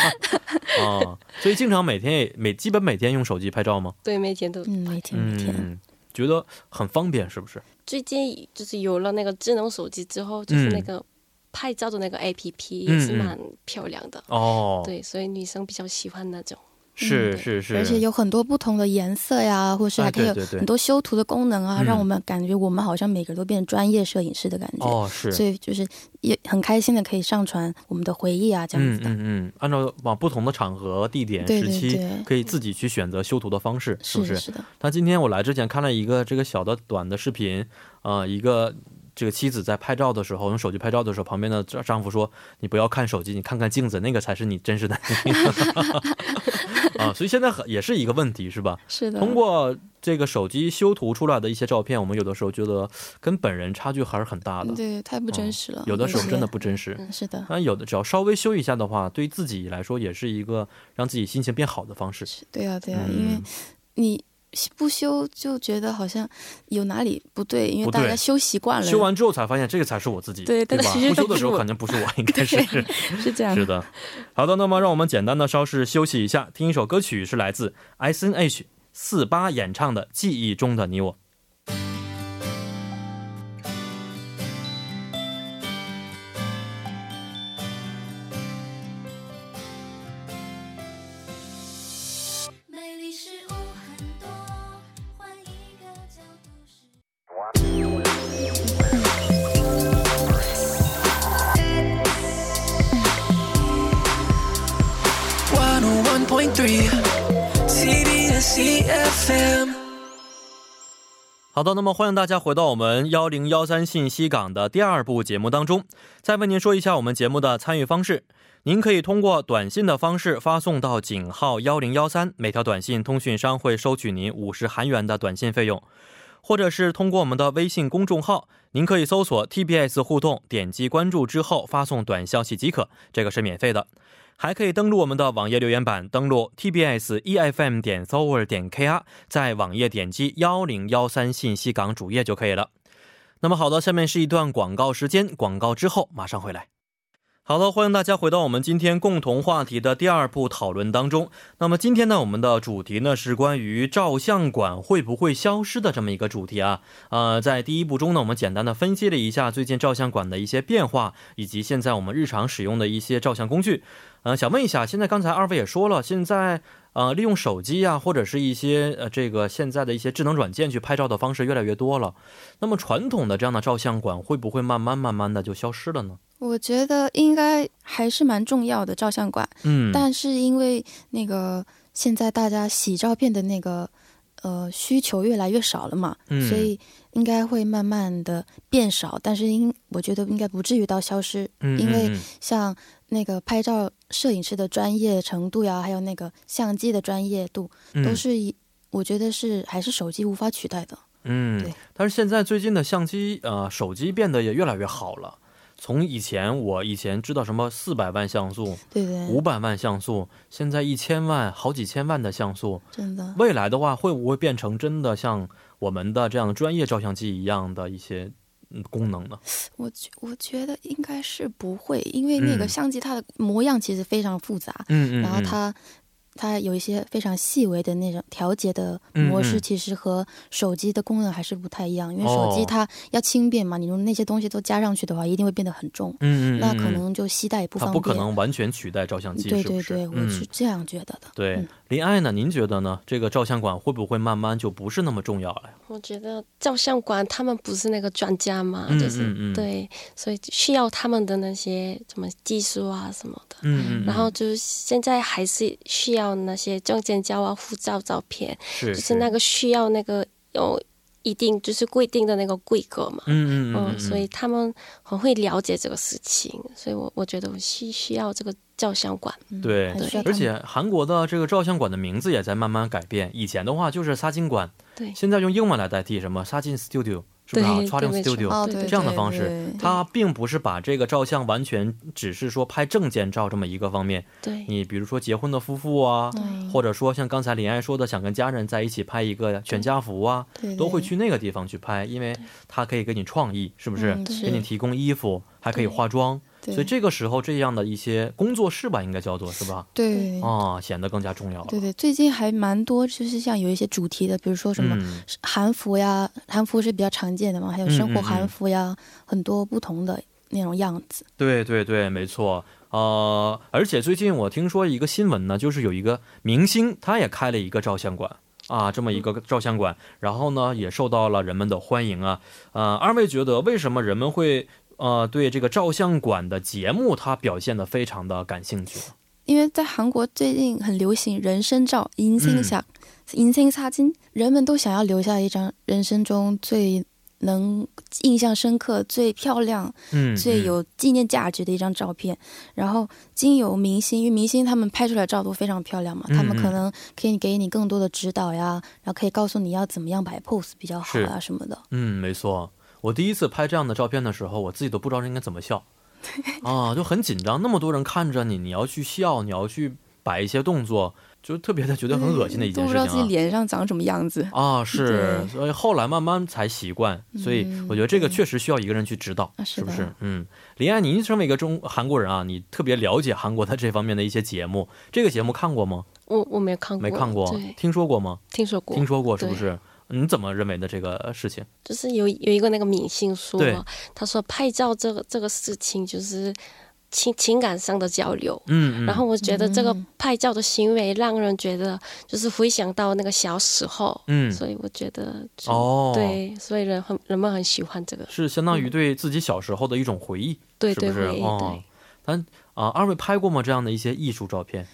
S1: 啊，所以经常每天也每基本每天用手机拍照吗？
S7: 对，每天都。
S6: 嗯，每天每天，
S1: 嗯，觉得很方便，是不是？
S7: 最近就是有了那个智能手机之后，就是那
S1: 嗯
S7: 个拍照的那个 APP
S1: 嗯
S7: 也是
S1: 嗯
S7: 蛮漂亮的，
S1: 哦，
S7: 对，所以女生比较喜欢那种。
S1: 是
S6: 嗯
S1: 是是，
S6: 而且有很多不同的颜色呀，或是
S1: 哎
S6: 还可以有
S1: 对对对
S6: 很多修图的功能啊，
S1: 嗯
S6: 让我们感觉我们好像每个人都变成专业摄影师的感觉。
S1: 哦是，
S6: 所以就是也很开心的可以上传我们的回忆啊，这样
S1: 嗯
S6: 子的。
S1: 嗯嗯，按照往不同的场合、地点、
S6: 对
S1: 时
S6: 对
S1: 期，
S6: 对
S1: 可以自己去选择修图的方式，是不
S6: 是的，
S1: 但今天我来之前看了一个这个小的短的视频，呃，一个这个妻子在拍照的时候，用手机拍照的时候，旁边的丈丈夫说：“你不要看手机，你看看镜子，那个才是你真实的你。”啊，所以现在很也是一个问题，是吧？
S6: 是的。
S1: 通过这个手机修图出来的一些照片，我们有的时候觉得跟本人差距还是很大的，
S6: 嗯对，太不真实了。
S1: 嗯有的时候
S6: 些嗯
S1: 真的不真实。
S6: 是的，
S1: 但有的只要稍微修一下的话，对自己来说也是一个让自己心情变好的方式。
S6: 是对啊，对啊，因为
S1: 嗯，
S6: 你不修就觉得好像有哪里不对，因
S1: 不
S6: 为大
S1: 对
S6: 家修习惯了，
S1: 修完之后才发现这个才是我自己，
S6: 对
S1: 对
S6: 但
S1: 吧？
S6: 其实
S1: 不修
S6: 都不
S1: 的
S6: 是
S1: 时候
S6: 我
S1: 肯定不是我，应该是
S6: 是这 样
S1: 是的。好的，那么让我们简单的稍事休息一下，听一首歌曲，是来自 S N H 四八演唱的《记忆中的你我》。
S8: 美丽事物很多，换一个角度是。
S2: 101.3 CBS EFM
S1: 好的，那么欢迎大家回到我们幺零幺三信息港的第二部节目当中。再为您说一下我们节目的参与方式，您可以通过短信的方式发送到井号幺零幺三，每条短信通讯商会收取您五十韩元的短信费用，或者是通过我们的微信公众号，您可以搜索 TBS 互动，点击关注之后发送短消息即可，这个是免费的。还可以登录我们的网页留言板，登录 tbs efm 点 s o v e r 点 kr，在网页点击幺零幺三信息港主页就可以了。那么好的，下面是一段广告时间，广告之后马上回来。好的，欢迎大家回到我们今天共同话题的第二部讨论当中。那么今天呢，我们的主题呢是关于照相馆会不会消失的这么一个主题啊。呃，在第一部中呢，我们简单的分析了一下最近照相馆的一些变化，以及现在我们日常使用的一些照相工具。呃，想问一下，现在刚才二位也说了，现在呃，利用手机呀、或者是一些呃这个现在的一些智能软件去拍照的方式越来越多了。那么传统的这样的照相馆会不会慢慢慢慢的就消失了呢？
S6: 我觉得应该还是蛮重要的照相馆，
S1: 嗯，
S6: 但是因为那个现在大家洗照片的那个呃需求越来越少了嘛，
S1: 嗯
S6: 所以应该会慢慢的变少，但是应我觉得应该不至于到消失，
S1: 嗯
S6: 因为
S1: 嗯
S6: 像那个拍照摄影师的专业程度啊呀，还有那个相机的专业度，
S1: 嗯
S6: 都是以我觉得是还是手机无法取代的。
S1: 嗯
S6: 对，
S1: 但是现在最近的相机呃手机变得也越来越好了。从以前我以前知道什么四百万像素、
S6: 对对，
S1: 五百万像素，现在一千万、好几千万的像素，
S6: 真 的，
S1: 未来的话，会不会变成真的像我们的这样专业照相机一样的一些嗯功能呢？
S6: 我觉我觉得应该是不会，因为那个
S1: 嗯
S6: 相机它的模样其实非常复杂，
S1: 嗯
S6: 然后它它有一些非常细微的那种调节的模
S1: 嗯
S6: 式，
S1: 嗯
S6: 其实和手机的功能还是不太一样，因为
S1: 哦
S6: 手机它要轻便嘛，你如果那些东西都加上去的话，一定会变得很重，
S1: 嗯嗯嗯，
S6: 那可能就携带也不
S1: 它
S6: 方
S1: 不
S6: 便。嗯
S1: 可能完全取代照相机，
S6: 对
S1: 是不
S6: 对
S1: 是
S6: 对，我是
S1: 嗯
S6: 这样觉得的。
S1: 对
S6: 嗯，
S1: 林爱呢？您觉得呢？这个照相馆会不会慢慢就不是那么重要了呀？
S7: 我觉得照相馆他们不是那个专家嘛，
S1: 嗯
S7: 就是、
S1: 嗯嗯
S7: 对，所以需要他们的那些什么技术啊什么的。
S1: 嗯
S7: 然后就是现在还是需要那些证件照啊、护照照片，
S1: 是
S7: 就是那
S1: 个
S7: 个需要那个有一定就是规定的那个规格嘛。
S1: 嗯嗯嗯
S7: 嗯，所以他们很会了解这个事情，所以我我觉得我需需要这个照相馆。
S6: 嗯
S1: 对
S6: 还需要
S1: 而
S6: 他们
S1: 且韩国的这个照相馆的名字也在慢慢改变，以前的话就是沙金馆，
S7: 对
S1: 现在用英文来代替什么沙金 Studio。是不是啊
S7: 对
S1: ？Trotting
S7: 对没错
S1: Studio，
S6: 哦，
S7: 对
S6: 对，
S1: 这样的
S6: 对
S1: 方式
S6: 对
S1: 它并不是把这个照相完全只是说拍证件照这么一个方面，
S7: 对
S1: 你比如说结婚的夫妇啊，
S6: 对
S1: 或者说像刚才林爱说的，想跟家人在一起拍一个全家福啊，
S6: 嗯对
S1: 都会去那个地方去拍，因为它可以给你创意，是不是？
S6: 嗯
S1: 给你
S6: 是，
S1: 提供衣服，还可以化妆，
S6: 对
S1: 所以这个时候这样的一些工作室吧，应该叫做是吧？
S6: 对
S1: 啊、显得更加重要了。
S6: 对对，最近还蛮多，就是像有一些主题的，比如说什么
S1: 嗯，
S6: 韩服呀，韩服是比较常见的嘛，还有
S1: 嗯
S6: 生活
S1: 嗯
S6: 韩
S1: 嗯
S6: 服呀，很多不同的那种样子。
S1: 对对对，没错。呃，而且最近我听说一个新闻呢，就是有一个明星他也开了一个照相馆啊，这么一个照相馆，然后呢也受到了人们的欢迎啊。呃，二位觉得为什么人们会呃对这个照相馆的节目它表现的非常的感兴趣？
S6: 因为在韩国最近很流行人生照、인생
S1: 嗯
S6: 샷、인생사진，人们都想要留下一张人生中最能印象深刻、最漂亮、
S1: 嗯，
S6: 最
S1: 嗯
S6: 有纪念价值的一张照片。然后经由明星，因为明星他们拍出来的照都非常漂亮嘛，
S1: 嗯
S6: 他们可
S1: 嗯
S6: 能可以给你更多的指导呀，然后可以告诉你要怎么样摆 pose 比较好啊什么的。
S1: 嗯，没错。我第一次拍这样的照片的时候，我自己都不知道应该怎么 笑，啊，就很紧张。那么多人看着你，你要去笑，你要去摆一些动作，就特别的觉得很恶心的一件
S6: 都不
S1: 事
S6: 知道自己
S1: 情
S6: 脸上长什么样子。
S1: 啊。啊，是，所以后来慢慢才习惯。所以我觉得这个确实需要一个人去指导，
S6: 嗯啊是
S1: 是
S6: 的
S1: 不是？嗯，林安，您身为一个中韩国人啊，你特别了解韩国的这方面的一些节目，这个节目看过吗？
S7: 我我没看过，
S1: 没看过
S7: 对，，
S1: 听说过吗？
S7: 听说过，
S1: 听说过，是不
S7: 对
S1: 是？你怎么认为的这个事情？
S7: 就是有有一个那个明星说
S1: 对，
S7: 他说拍照这个这个事情就是情情感上的交流。
S1: 嗯嗯，
S7: 然后我觉得这个拍照的行为让人觉得就是回想到那个小时候，
S1: 嗯
S7: 所以我觉得就
S1: 哦，。
S7: 对，所以人很人们很喜欢这个，
S1: 是相
S6: 嗯
S1: 当于对自己小时候的一种回忆，
S7: 对
S1: 是不
S7: 对
S1: 是
S7: 回？忆，
S1: 哦
S7: 对，
S1: 咱啊，二位拍过吗？这样的一些艺术照片？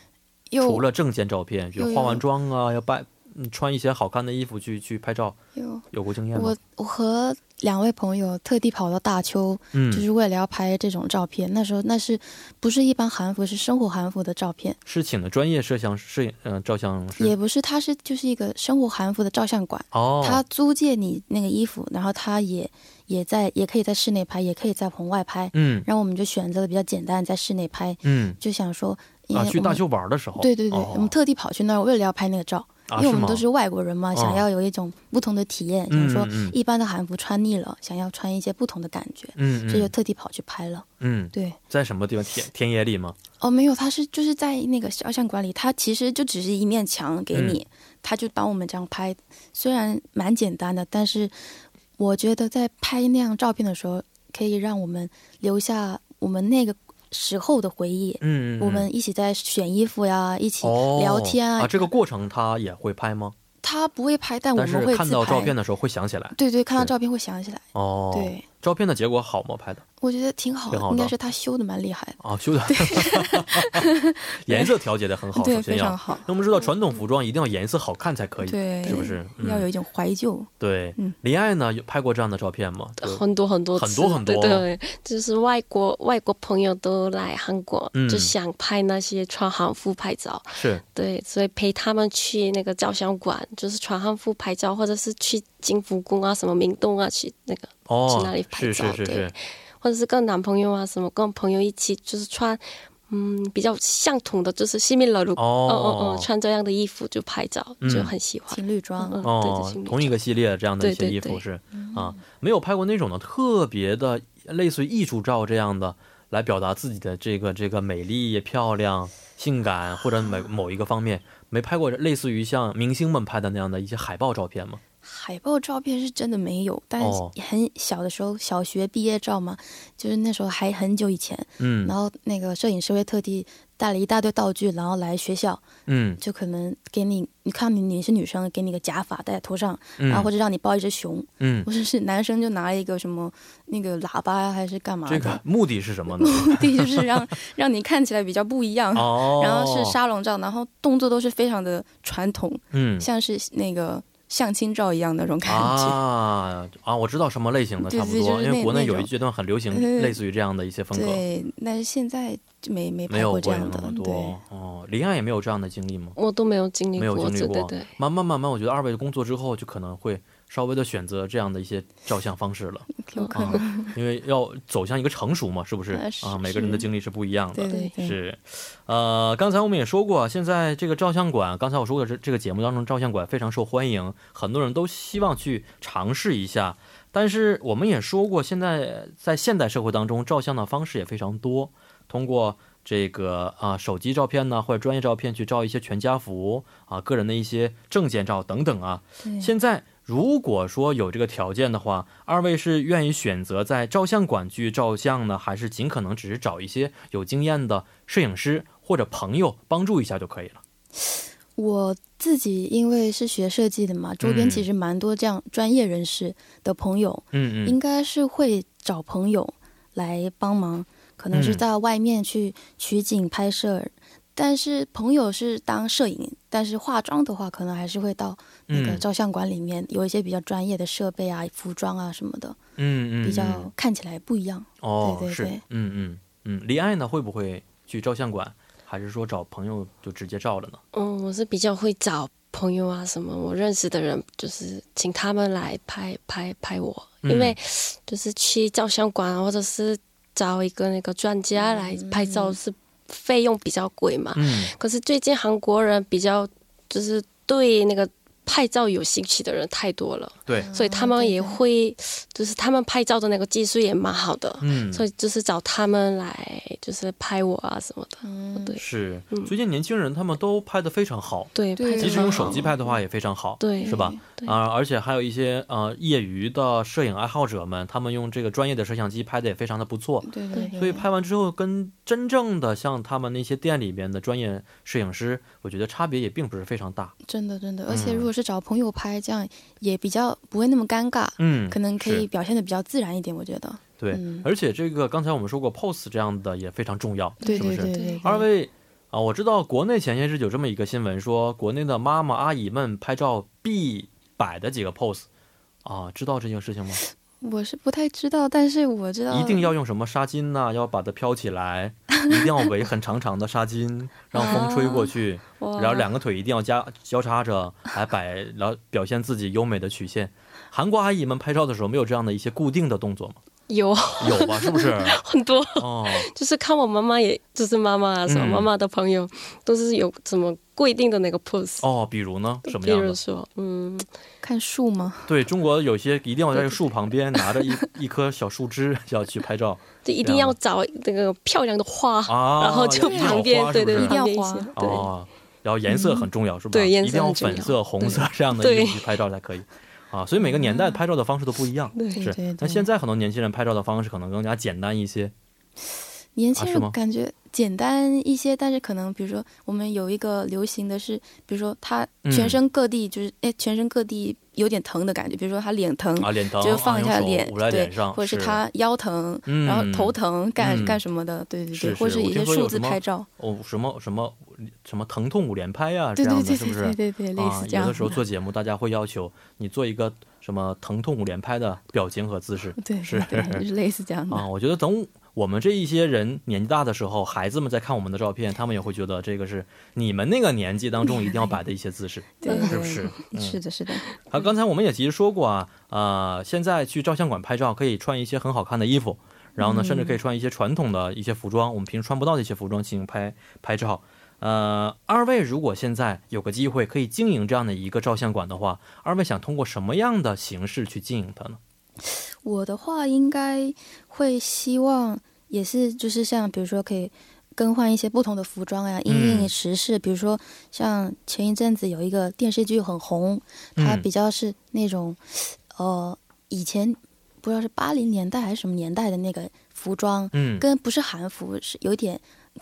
S6: 又
S1: 除了证件照片，就
S6: 有
S1: 化完妆啊，要扮嗯穿一些好看的衣服去去拍照，
S6: 又
S1: 有过经验吗
S6: 我？我和两位朋友特地跑到大邱，
S1: 嗯，
S6: 就是为了要拍这种照片。那时候那是不是一般韩服，是生活韩服的照片，
S1: 是请的专业摄像摄影嗯、照相
S6: 也
S1: 师
S6: 不是，它是就是一个生活韩服的照相馆，
S1: 哦，
S6: 他租借你那个衣服，然后他也也在也可以在室内拍，也可以在棚外拍。
S1: 嗯
S6: 然后我们就选择了比较简单，在室内拍，
S1: 嗯
S6: 就想说，因为
S1: 啊，
S6: 我
S1: 去大
S6: 们
S1: 邱玩的时候，
S6: 对对对，
S1: 哦
S6: 我们特地跑去那儿，为了要拍那个照。
S1: 啊
S6: 因为
S1: 是
S6: 我们
S1: 吗
S6: 都是外国人嘛，想
S1: 嗯
S6: 要有一种不同的体验，
S1: 嗯
S6: 想说
S1: 嗯嗯
S6: 一般的韩服穿腻了，想要穿一些不同的感觉，
S1: 嗯
S6: 所以就
S1: 嗯
S6: 特地跑去拍了。
S1: 嗯，
S6: 对，
S1: 在什么地方田田野里吗？
S6: 哦，没有，他是就是在那个照相馆里，他其实就只是一面墙给你，
S1: 嗯
S6: 他就帮我们这样拍，虽然蛮简单的，但是我觉得在拍那样照片的时候，可以让我们留下我们那个时候的回忆。
S1: 嗯，嗯嗯
S6: 我们一起在选衣服呀，一起
S1: 哦
S6: 聊天
S1: 啊，这个过程他也会拍吗？
S6: 他不会拍，但我
S1: 但
S6: 们
S1: 是
S6: 会
S1: 看
S6: 自
S1: 到照
S6: 拍
S1: 片的时候会想起来
S6: 对对，看到
S1: 是
S6: 照片会想起来。
S1: 哦。，
S6: 对，
S1: 照片的结果好吗？拍的？
S6: 我觉得挺好
S1: 挺好
S6: 应该
S1: 的
S6: 是他修的蛮厉害的，
S1: 啊，修的， 颜色调节的很好，
S6: 对，
S1: 首
S6: 非
S1: 先
S6: 常
S1: 要。
S6: 好，
S1: 那我们知道传统服装一定要颜色好看才可以，
S6: 对，
S1: 是不是？
S6: 要有
S1: 嗯，
S6: 一种怀旧。
S1: 对
S6: 嗯。
S1: 林爱呢，有拍过这样的照片吗？就
S7: 很多很多
S1: 很
S7: 次
S1: 多很多
S7: 对对，就是外国外国朋友都来韩国，
S1: 嗯
S7: 就想拍那些穿韩服拍照，
S1: 是，
S7: 对，所以陪他们去那个照相馆，就是穿汉服拍照，或者是去景福宫啊、什么明洞啊，去那个，去哪
S1: 哦
S7: 里，拍
S1: 是
S7: 照
S1: 是是
S7: 对
S1: 是，
S7: 或者是跟男朋友啊什么，跟朋友一起，就是穿，嗯，比较相同的，就是西米老如，嗯嗯
S1: 哦
S7: 嗯，，穿这样的衣服就拍照，
S1: 嗯
S7: 就很喜欢。
S6: 情侣装，
S7: 嗯，对
S1: 哦
S7: 对，情，侣
S1: 同一
S7: 照
S1: 个系列这样的一
S7: 对
S1: 些
S7: 对
S1: 衣服
S7: 对
S1: 是啊，
S6: 嗯
S1: 没有拍过那种的特别的，类似于艺术照这样的，来表达自己的这个这个美丽、漂亮、性感或者某某一个方面，没拍过类似于像明星们拍的那样的一些海报照片吗？
S6: 海报照片是真的没有，但
S1: 哦
S6: 是很小的时候，小学毕业照嘛，就是那时候还很久以前，
S1: 嗯
S6: 然后那个摄影师会特地带了一大堆道具，然后来学校，
S1: 嗯，
S6: 就可能给你，你看你你是女生，给你个假发戴在头上，
S1: 嗯
S6: 然后或者让你抱一只熊，
S1: 嗯，
S6: 或者是男生就拿一个什么那个喇叭啊呀还是干嘛的，
S1: 这个目的是什么呢？
S6: 目的就是让让你看起来比较不一样。
S1: 哦，
S6: 然后是，沙龙照，然后动作都是非常的传统，
S1: 嗯，
S6: 像是那个相亲照一样的那种感觉。
S1: 啊啊，我知道什么类型的，
S6: 对
S1: 差不
S6: 对
S1: 多，
S6: 就是
S1: 因为
S6: 那
S1: 国内
S6: 那
S1: 有一
S6: 种呃
S1: 阶段很流行
S6: 对对对
S1: 类似于这样的一些风格，
S6: 对，但是现在就没没
S1: 没
S6: 拍
S1: 有
S6: 过这
S1: 有
S6: 样
S1: 那
S6: 的
S1: 么，
S6: 对
S1: 多。哦，林安也没有这样的经历吗？
S7: 我都没有经历
S1: 没有
S7: 过，
S1: 经历
S7: 对对
S1: 过
S7: 对。。
S1: 慢慢慢慢，我觉得二位工作之后，就可能会稍微的选择这样的一些照相方式了，
S6: 有可能，
S1: 啊，因为要走向一个成熟嘛，是不是
S6: 呃？是
S1: 啊，每个人的
S6: 是
S1: 经历是不一样的。
S6: 对对对，
S1: 是，呃，刚才我们也说过，现在这个照相馆，刚才我说过，这这个节目当中，照相馆非常受欢迎，很多人都希望去尝试一下。但是我们也说过，现在在现代社会当中，照相的方式也非常多，通过这个啊、手机照片呢，或者专业照片去照一些全家福啊、个人的一些证件照等等啊。
S6: 对
S1: 现在如果说有这个条件的话，二位是愿意选择在照相馆去照相呢，还是尽可能只是找一些有经验的摄影师或者朋友帮助一下就可以了？
S6: 我自己因为是学设计的嘛，周边其实蛮多这样专业人士的朋友，
S1: 嗯
S6: 应该是会找朋友来帮忙，可能是
S1: 嗯
S6: 到外面去取景拍摄。但是朋友是当摄影，但是化妆的话，可能还是会到那个
S1: 嗯
S6: 照相馆里面，有一些比较专业的设备啊、服装啊什么的，
S1: 嗯嗯，
S6: 比
S1: 嗯
S6: 较看起来不一样。
S1: 哦，
S6: 对对
S1: 是
S6: 对，
S1: 嗯嗯嗯，李爱呢会不会去照相馆，还是说找朋友就直接照了呢？
S7: 嗯，我是比较会找朋友啊什么，我认识的人就是请他们来拍拍拍我，
S1: 嗯
S7: 因为就是去照相馆啊或者是找一个那个专家来拍照是费用比较贵嘛。
S1: 嗯
S7: 可是最近韩国人比较就是对那个拍照有兴趣的人太多了，
S1: 对，
S7: 所以他们也会就是他们拍照的那个技术也蛮好的，
S1: 嗯，
S7: 所以就是找他们来就是拍我啊什么的。
S6: 嗯，
S7: 对
S1: 是
S7: 嗯
S1: 最近年轻人他们都拍的非常好，
S7: 对，
S6: 对
S7: 拍
S1: 即
S7: 照
S1: 使用手机拍的话也非常好，
S7: 对
S1: 是吧？
S7: 对
S1: 啊、而且还有一些呃业余的摄影爱好者们，他们用这个专业的摄像机拍的也非常的不错。
S6: 对
S7: 对
S6: 对，
S1: 所以拍完之后，跟真正的像他们那些店里面的专业摄影师，我觉得差别也并不是非常大。
S6: 真的真的，而且
S1: 嗯
S6: 如果是找朋友拍，这样也比较不会那么尴尬，
S1: 嗯，
S6: 可能可以
S1: 是
S6: 表现的比较自然一点，我觉得。
S1: 对、
S6: 嗯
S1: 而且这个刚才我们说过，pose 这样的也非常重要，
S6: 对
S1: 是不
S6: 对
S1: 是？
S6: 对嗯对，
S1: 二位啊、我知道国内前些日有这么一个新闻说，国内的妈妈阿姨们拍照必摆的几个 pose 啊，知道这件事情吗？
S6: 我是不太知道，但是我知
S7: 嗯
S6: 道
S1: 一定要用什么纱巾呐、要把它飘起 来，一定要围很长长的纱巾，让风吹过 去，然后两个腿一定要加交叉着来摆，然后表现自己优美的曲线。韩国阿姨们拍照的时候没有这样的一些固定的动作吗？
S7: 有
S1: 有吧，是不 是？
S7: 很多。
S1: 哦，
S7: 就是看我妈妈也，就是妈妈啊，什么
S1: 嗯
S7: 妈妈的朋友，都是有什么规定的那个 pose。
S1: 哦，比如呢，什么
S7: 比
S1: 样
S7: 如
S1: 的？
S7: 说，嗯，
S6: 看树吗？
S1: 对中国有些一定要在树旁边拿着 一一棵小树枝要去拍照
S7: 就一定
S1: 这样
S7: 要
S1: 吗
S7: 找那个漂亮的花，
S1: 啊，
S7: 然后就
S1: 要有
S7: 旁边，
S1: 花是
S7: 对
S1: 不
S7: 对，
S1: 是
S7: 对
S6: 一定要
S7: 旁边
S6: 花
S7: 些 对、嗯
S1: 哦，然后颜色很重要，是吧？
S7: 对颜色
S1: 一定要
S7: 很重要
S1: 粉色、红色这样的
S7: 对嗯
S1: 衣服去拍照才可以啊。所以每个年代拍照的方式都不一样。
S7: 对
S6: 对
S1: 是
S6: 对，
S1: 但
S6: 对
S1: 现在很多年轻人拍照的方式可能更加简单一些。
S6: 年
S1: 啊
S6: 轻
S1: 是吗
S6: 人感觉简单一些，但是可能比如说我们有一个流行的是，比如说他
S1: 嗯
S6: 全身各地就是哎、全身各地有点疼的感觉，比如说他脸疼，
S1: 啊，脸疼，
S6: 嗯就放一
S1: 啊
S6: 下
S1: 用手
S6: 脸，
S1: 捂在脸
S6: 对，
S1: 上，
S6: 或者是他腰疼，
S1: 嗯
S6: 然后头疼干、
S1: 嗯
S6: 干什么的，对对对，
S1: 是是
S6: 或者一
S1: 我听
S6: 些
S1: 说有
S6: 数字
S1: 什么
S6: 拍照，
S1: 哦什么什么什么疼痛五连拍呀、这
S6: 对
S1: 样
S6: 对
S1: 的
S6: 对
S1: 是不
S6: 对
S1: 是？
S6: 对对对，类
S1: 啊
S6: 似，这
S1: 有
S6: 样
S1: 的时候做节目，大家会要求你做一个什么疼痛五连拍的表情和姿势。
S6: 对
S1: 是
S6: 对对，就是 类似这样的，
S1: 啊，我觉得等我们这一些人年纪大的时候，孩子们在看我们的照片，他们也会觉得这个是你们那个年纪当中一定 要摆的一些姿势，
S6: 对对
S1: 是不是？嗯
S6: 是的是的，
S1: 啊，刚才我们也其实说过啊，呃，现在去照相馆拍照可以穿一些很好看的衣服，然后呢，甚至
S6: 嗯
S1: 可以穿一些传统的一些服装，我们平时穿不到的一些服装进行拍拍照。呃，二位如果现在有个机会可以经营这样的一个照相馆的话，二位想通过什么样的形式去经营它呢？
S6: 我的话应该会希望也是就是像比如说可以更换一些不同的服装
S1: 嗯
S6: 呀，因应时事。比如说像前一阵子有一个电视剧很红，它
S1: 嗯
S6: 比较是那种呃以前不知道是八零年代还是什么年代的那个服装，
S1: 嗯
S6: 跟不是韩服是有点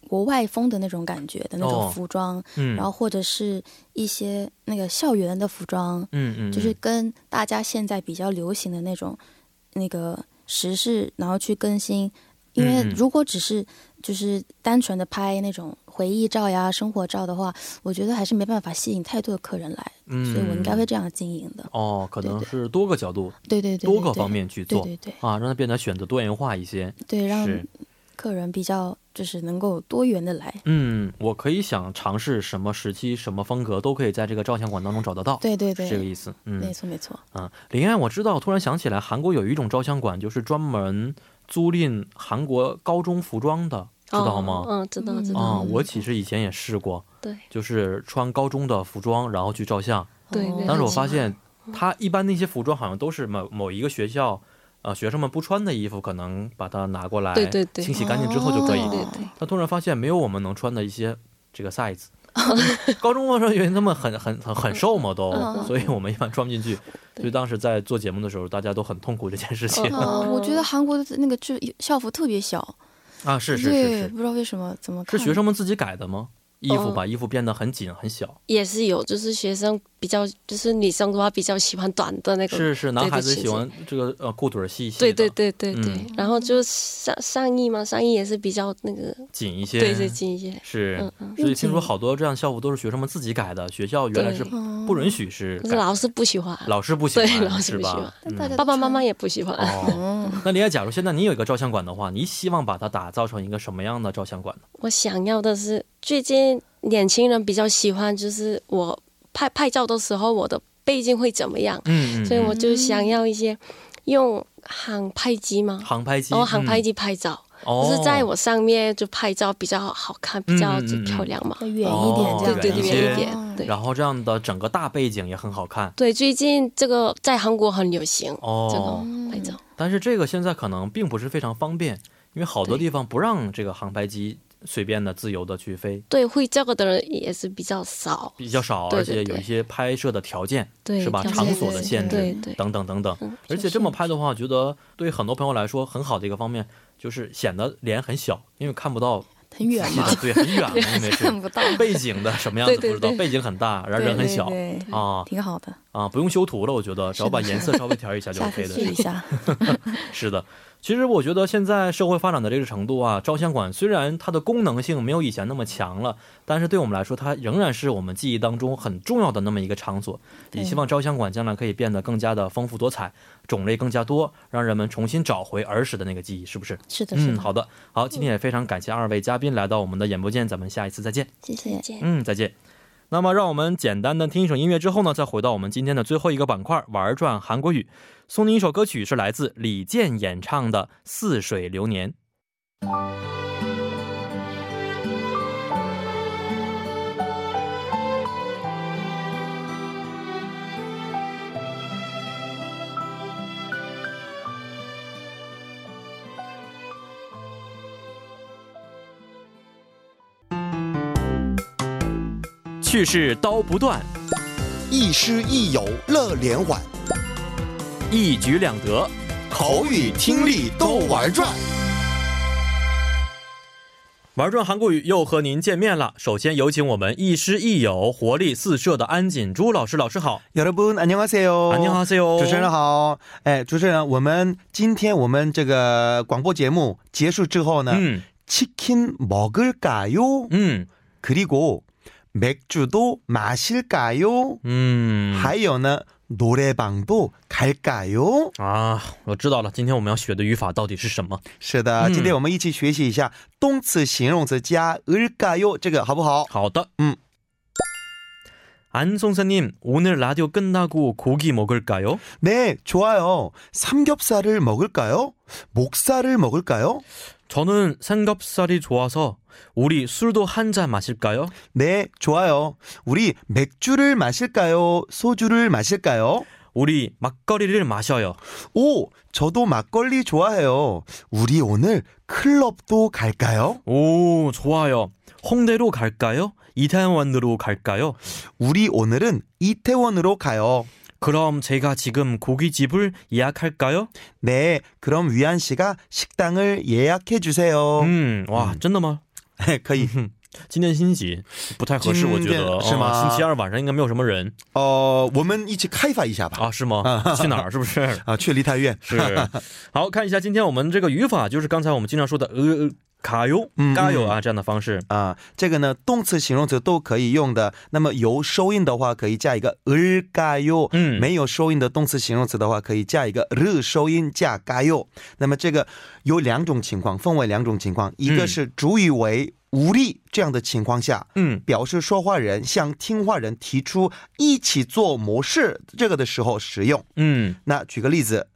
S6: 国外风的那种感觉的那
S1: 哦
S6: 种服装，
S1: 嗯，
S6: 然后或者是一些那个校园的服装，
S1: 嗯嗯，
S6: 就是
S1: 嗯
S6: 跟大家现在比较流行的那种那个时事，然后去更新。因为
S1: 嗯嗯
S6: 如果只是就是单纯的拍那种回忆照呀、生活照的话，我觉得还是没办法吸引太多的客人来，
S1: 嗯
S6: 所以我应该会这样经营的。
S1: 哦，可能
S6: 对对
S1: 是多个角度、
S6: 对对对，
S1: 多个
S6: 对
S1: 方面去
S6: 对
S1: 做
S6: 对对
S1: 啊，让它变得选择多元化一些。
S6: 对，让
S1: 是
S6: 客人比较就是能够多元的来。
S1: 嗯，我可以想尝试什么时期、什么风格，都可以在这个照相馆当中找得到。
S6: 对对
S1: 哦是这个
S6: 对，
S1: 意思。嗯，
S6: 没错没错。
S1: 嗯，林爱，我知道，突然想起来，韩国有一种照相馆，就是专门租赁韩国高中服装的，知道吗？
S7: 嗯，知道知
S1: 啊、
S7: 道。
S6: 哦嗯
S1: 我其实以前也试过，
S7: 对
S1: 就是穿高中的服装，然后去照相。
S7: 对
S6: 哦，
S7: 对
S1: 但是我发现，
S6: 嗯
S1: 他一般那些服装好像都是某某一个学校，呃，学生们不穿的衣服，可能把它拿过来，
S7: 对对对
S1: 清洗干净之后就可以。
S6: 哦
S7: 对对，
S1: 他突然发现没有我们能穿的一些这个 size。高中生因为他们很很很很瘦嘛都，
S6: 嗯
S1: 所以我们一般穿不进去。所以当时在做节目的时候，大家都很痛苦这件事情、
S7: 嗯
S6: 啊、我觉得韩国的那个制校服特别小，
S1: 啊。是是
S6: 对，
S1: 是是，
S6: 不知道为什么怎么
S1: 是
S6: 看
S1: 学生们自己改的吗？衣服
S7: 嗯
S1: 把衣服变得很紧很小，
S7: 也是有，就是学生比较，就是女生的话比较喜欢短的那个，
S1: 是是，男孩子
S7: 对对
S1: 喜欢这个呃裤腿儿细细的，
S7: 对对对对对。
S1: 嗯
S7: 然后就是上上衣嘛，上衣也是比较那个，
S1: 紧一些，
S7: 对对，紧一些。
S1: 是
S7: 嗯。嗯，
S1: 所以听说好多这样校服都是学生们自己改的，学校原来是
S7: 对
S6: 嗯
S1: 不允许是
S7: 可是
S1: 改，
S7: 老师不喜欢，
S1: 老师不喜欢，
S7: 对老师
S1: 是
S7: 不喜
S1: 吧
S7: 欢？
S1: 嗯
S6: 大家
S7: 爸爸妈妈也不喜欢。
S1: 哦，
S6: 嗯
S1: 那李亚，假如现在你有一个照相馆的话，你希望把它打造成一个什么样的照相馆呢？
S7: 我想要的是，最近年轻人比较喜欢，就是我拍拍照的时候，我的背景会怎么样？
S1: 嗯
S7: 所以我就想要一些用航拍机嘛，
S1: 航拍机，
S7: 然后哦航拍
S1: 机，
S7: 机拍照，
S1: 嗯哦，嗯
S7: 就是在我上面就拍照比较好看，比较就漂亮嘛。
S6: 要远一点
S1: 哦
S6: 这样，
S7: 对
S1: 远
S7: 对，
S1: 一
S7: 远
S1: 些
S7: 一点。对
S1: 然后这样的整个大背景也很好看。
S7: 对，最近这个在韩国很流行，这
S1: 哦，
S7: 个拍照。
S1: 但是这个现在可能并不是非常方便，因为好多
S7: 对
S1: 地方不让这个航拍机随便的、自由的去飞，
S7: 对，会这个的人也是比较少。
S1: 比较少，
S7: 对
S1: 而
S7: 对
S1: 且
S7: 对
S1: 有一些拍摄的条件
S7: 对，
S1: 是吧？
S7: 条件
S1: 场所的限
S7: 对
S1: 制
S7: 对对。
S1: 等等等等。
S7: 嗯
S1: 而且这么拍的话，我觉得对很多朋友来说很好的一个方面就是显得脸很小，因为看不到
S6: 很远嘛，
S1: 对，很远嘛，因为
S6: 看
S1: 是
S6: 不到，
S1: 背景的什么样子
S7: 对
S1: 不
S7: 对
S1: 知道，
S7: 对
S1: 背景很大，然后人很小
S6: 对对对
S1: 啊
S6: 挺好的，
S1: 啊，不用修图了，我觉得只要
S6: 是的
S1: 把颜色稍微调一下 就
S6: 下
S1: OK 的。
S6: 次试一下。
S1: 是的，其实我觉得现在社会发展的这个程度啊，照相馆虽然它的功能性没有以前那么强了，但是对我们来说，它仍然是我们记忆当中很重要的那么一个场所。也
S6: 对
S1: 希望照相馆将来可以变得更加的丰富多彩，种类更加多，让人们重新找回儿时的那个记忆，是不是？
S6: 是的，是
S1: 嗯，
S6: 的，
S1: 好的，好，今天也非常感谢二位嘉宾来到我们的演播间，咱们下一次再见。
S6: 谢谢。
S7: 见。
S1: 嗯，再见。那么，让我们简单的听一首音乐之后呢，再回到我们今天的最后一个板块——玩转韩国语。送您一首歌曲，是来自李健演唱的《似水流年》。去世刀不断，
S9: 亦师亦友乐连环，
S1: 一举两得。
S9: 口语听力都玩转。
S1: 玩转韩国语又和您见面了。首先有请我们亦师亦友、活力四射的安锦珠老师。老师好，
S3: 여러분 안녕하세요.
S1: 안녕하세요
S3: 主持人好，哎，主持人，我们今天我们这个广播节目结束之后呢，
S9: 嗯
S1: 음,
S3: 치킨 먹을까요?
S1: 음,
S3: 그리고 맥주도
S9: 嗯
S3: 마실까요?
S1: 음.
S3: 还有呢， 노래방도 갈까요?
S1: 啊，我知道了，今天我们要学的语法到底是什么？
S3: 是的，
S1: 嗯
S3: 今天我们一起学习一下动词、形容词加 을까요 这个好不好？
S1: 好的，
S3: 嗯
S1: 안 선생님, 오늘 라디오 끝나고 고기 먹을까요?
S3: 네, 좋아요. 삼겹살을 먹을까요? 목살을 먹을까요?
S1: 저는 삼겹살이 좋아서 우리 술도 한 잔 마실까요?
S3: 네, 좋아요. 우리 맥주를 마실까요? 소주를 마실까요?
S1: 우리 막걸리를 마셔요.
S3: 오, 저도 막걸리 좋아해요. 우리 오늘 클럽도 갈까요?
S1: 오, 좋아요. 홍대로 갈까요? 이태원으로 갈까요?
S3: 우리 오늘은 이태원으로 가요.
S1: 그럼 제가 지금 고깃집을 예약할까요?
S3: 네, 그럼 위안 씨가 식당을 예약해 주세요.
S1: 음, 와, 真的吗?
S3: 可以.今天-是吗？
S1: 今天星期不太合适，我觉得。星期二晚上应该没有什么人啊，是吗？
S3: 어, 我们一起开发一下吧.
S1: 啊 去哪儿？是不是？
S3: 啊，去梨泰院。
S1: 是，好看一下今天我们这个语法，就是刚才我们经常说的呃卡油
S10: 嗯、
S1: 嘎油啊这样的方式。
S10: 啊，这个呢，动词、形容词都可以用的。那么有收音的话，可以加一个日嘎哟；
S1: 嗯
S10: 没有收音的动词、形容词的话，可以加一个日收音加嘎哟。那么这个有两种情况，分为两种情况，一个是主语为无力这样的情况下。
S1: 嗯
S10: 表示说话人向听话人提出一起做模式这个的时候使用。
S1: 嗯
S10: 那举个例子，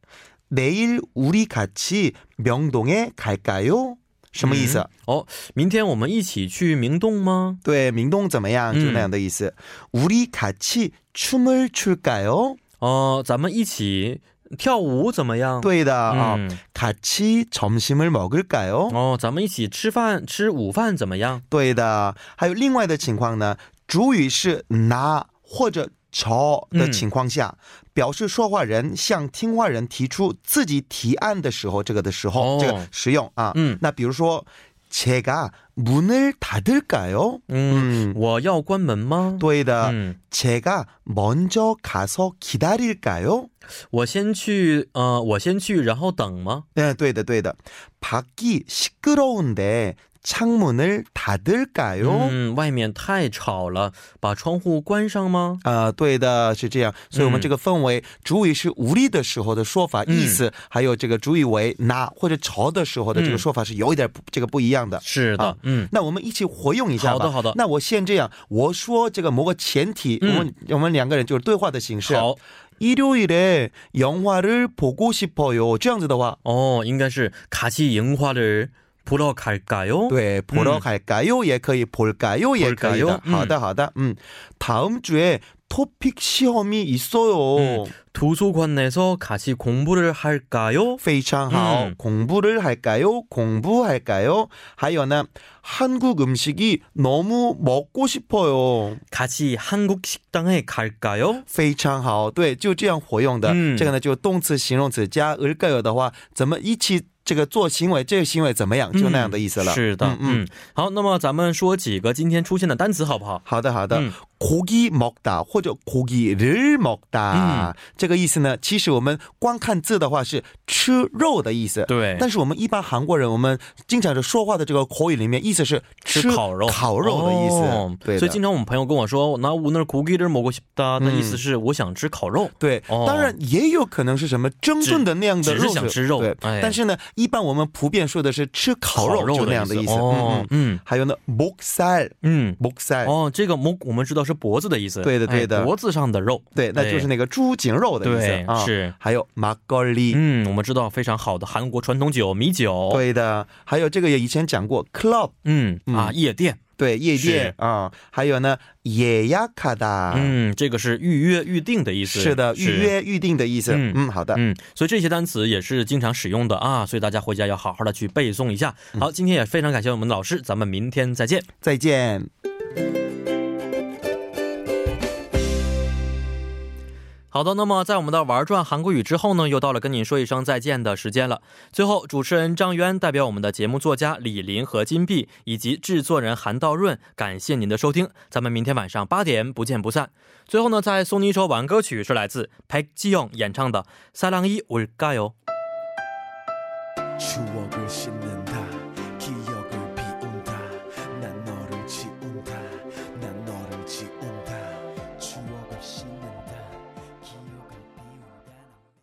S10: 내일우리같이명동에갈까요？什
S1: 음.
S10: 么意思？
S1: 哦，明天我们一起去明洞吗？
S10: 对，明洞怎么样？就那样的意思。우리같이춤을출까요？
S1: 哦，咱们一起跳舞怎么样？
S10: 对的啊
S1: 嗯，
S10: 어, 같이점심을먹을까요？
S1: 哦，咱们一起吃饭吃午饭怎么样？
S10: 对的。还有另外的情况呢，主语是拿或者朝的情况下，表示说话人向听话人提出自己提案的时候，这个的时候，
S1: 哦
S10: 这个使用啊。
S1: 嗯
S10: 那比如说，제가문을닫을까요？ 음，
S1: 嗯，我要关门吗？
S10: 对啊的，
S1: 嗯，
S10: 제가먼저가서기다릴까요？
S1: 我先去，呃，我先去，然后等吗？
S10: 嗯 네， 对的对的밖이시끄러운데창문을닫을까요
S1: 嗯，外面太吵了，把窗户关上吗？
S10: 啊、对的，是这样。所以，我
S1: 嗯
S10: 们这个氛围，主语是无力的时候的说法、
S1: 嗯
S10: 意思，还有这个主语为拿或者朝的时候的这个
S1: 嗯
S10: 说法是有一点不这个不一样的。
S1: 是
S10: 啊
S1: 的，嗯，
S10: 那我们一起活用一下吧。
S1: 好的好的
S10: 那我先这样，我说这个某个前提，
S1: 嗯
S10: 我们我们两个人就是对话的形式。
S1: 好，
S10: 일요일에영화를보고싶어요。这样子的话，
S1: 哦，应该是卡西樱花的葡萄开改哟。，
S10: 对，보러갈까요也可以，볼까요也可以的
S1: 嗯 볼까요。음
S10: 好的，好的，嗯，다음주에토픽시험이있어요。
S1: 图书馆에서같이공부를할까요？
S10: 非常好，
S1: 음.
S10: 공부를 할까요? 공부할까요? 还有呢, 한국 음식이 너무 먹고 싶어요.
S1: 같이한국식당에갈까요？
S10: 非常好，对，就这样活用的。
S1: 嗯
S10: 这个呢，就动词、形容词加 을까요的话，怎么一起这个做行为？这个行为怎么样？
S1: 음.
S10: 就那样的意思了。
S1: 是的，嗯，好，那么咱们说几个今天出现的单词好不好？
S10: 好的，好的。
S1: 嗯
S10: 고기먹다或者고기를먹다、
S1: 嗯
S10: 这个意思呢，其实我们光看字的话是吃肉的意思。
S1: 对
S10: 但是我们一般韩国人，我们经常是说话的这个口语里面，意思是吃
S1: 吃烤肉，
S10: 烤肉的意思。
S1: 哦
S10: 对的，
S1: 所以经常我们朋友跟我说，那我那고기를먹고싶다，那意思
S10: 嗯
S1: 是我想吃烤肉。
S10: 对，
S1: 哦
S10: 当然也有可能是什么蒸炖的那样的
S1: 只只
S10: 肉
S1: 是
S10: 食，
S1: 想吃肉
S10: 对、
S1: 哎
S10: 但是呢，一般我们普遍说的是吃烤肉，
S1: 烤肉
S10: 就那样的意思。
S1: 哦
S10: 嗯，嗯。
S1: 嗯
S10: 还有呢，목살，
S1: 嗯，
S10: 목살，、
S1: 哦，这个목我们知道是脖子的意思，
S10: 对的
S1: 哎
S10: 对的
S1: 脖子上的肉，
S10: 对，那就是那个猪颈肉的意
S1: 对
S10: 思啊。
S1: 是
S10: 还有马高利，
S1: 嗯，我们知道非常好的韩国传统酒米酒，，
S10: 对的。还有这个也以前讲过，club，
S1: 嗯
S10: 嗯
S1: 啊，夜店，
S10: 对，夜店啊、还有呢，也呀卡达，
S1: 嗯，这个是预约预定的意思，
S10: 啊是的，预。约预定的意思。
S1: 嗯
S10: 嗯，好的。
S1: 嗯，所以这些单词也是经常使用的啊，所以大家回家要好好的去背诵一下。
S10: 嗯
S1: 好，今天也非常感谢我们的老师，咱们明天再见。
S10: 再见。
S1: 好的，那么在我们的玩转韩国语之后呢，又到了跟您说一声再见的时间了。最后，主持人张渊代表我们的节目作家李林和金碧以及制作人韩道润，感谢您的收听，咱们明天晚上八点不见不散。最后呢，再送您一首晚歌曲，是来自 Park Ji Young 演唱的《사랑이올까요》。
S2: 추억을 씻는다 기억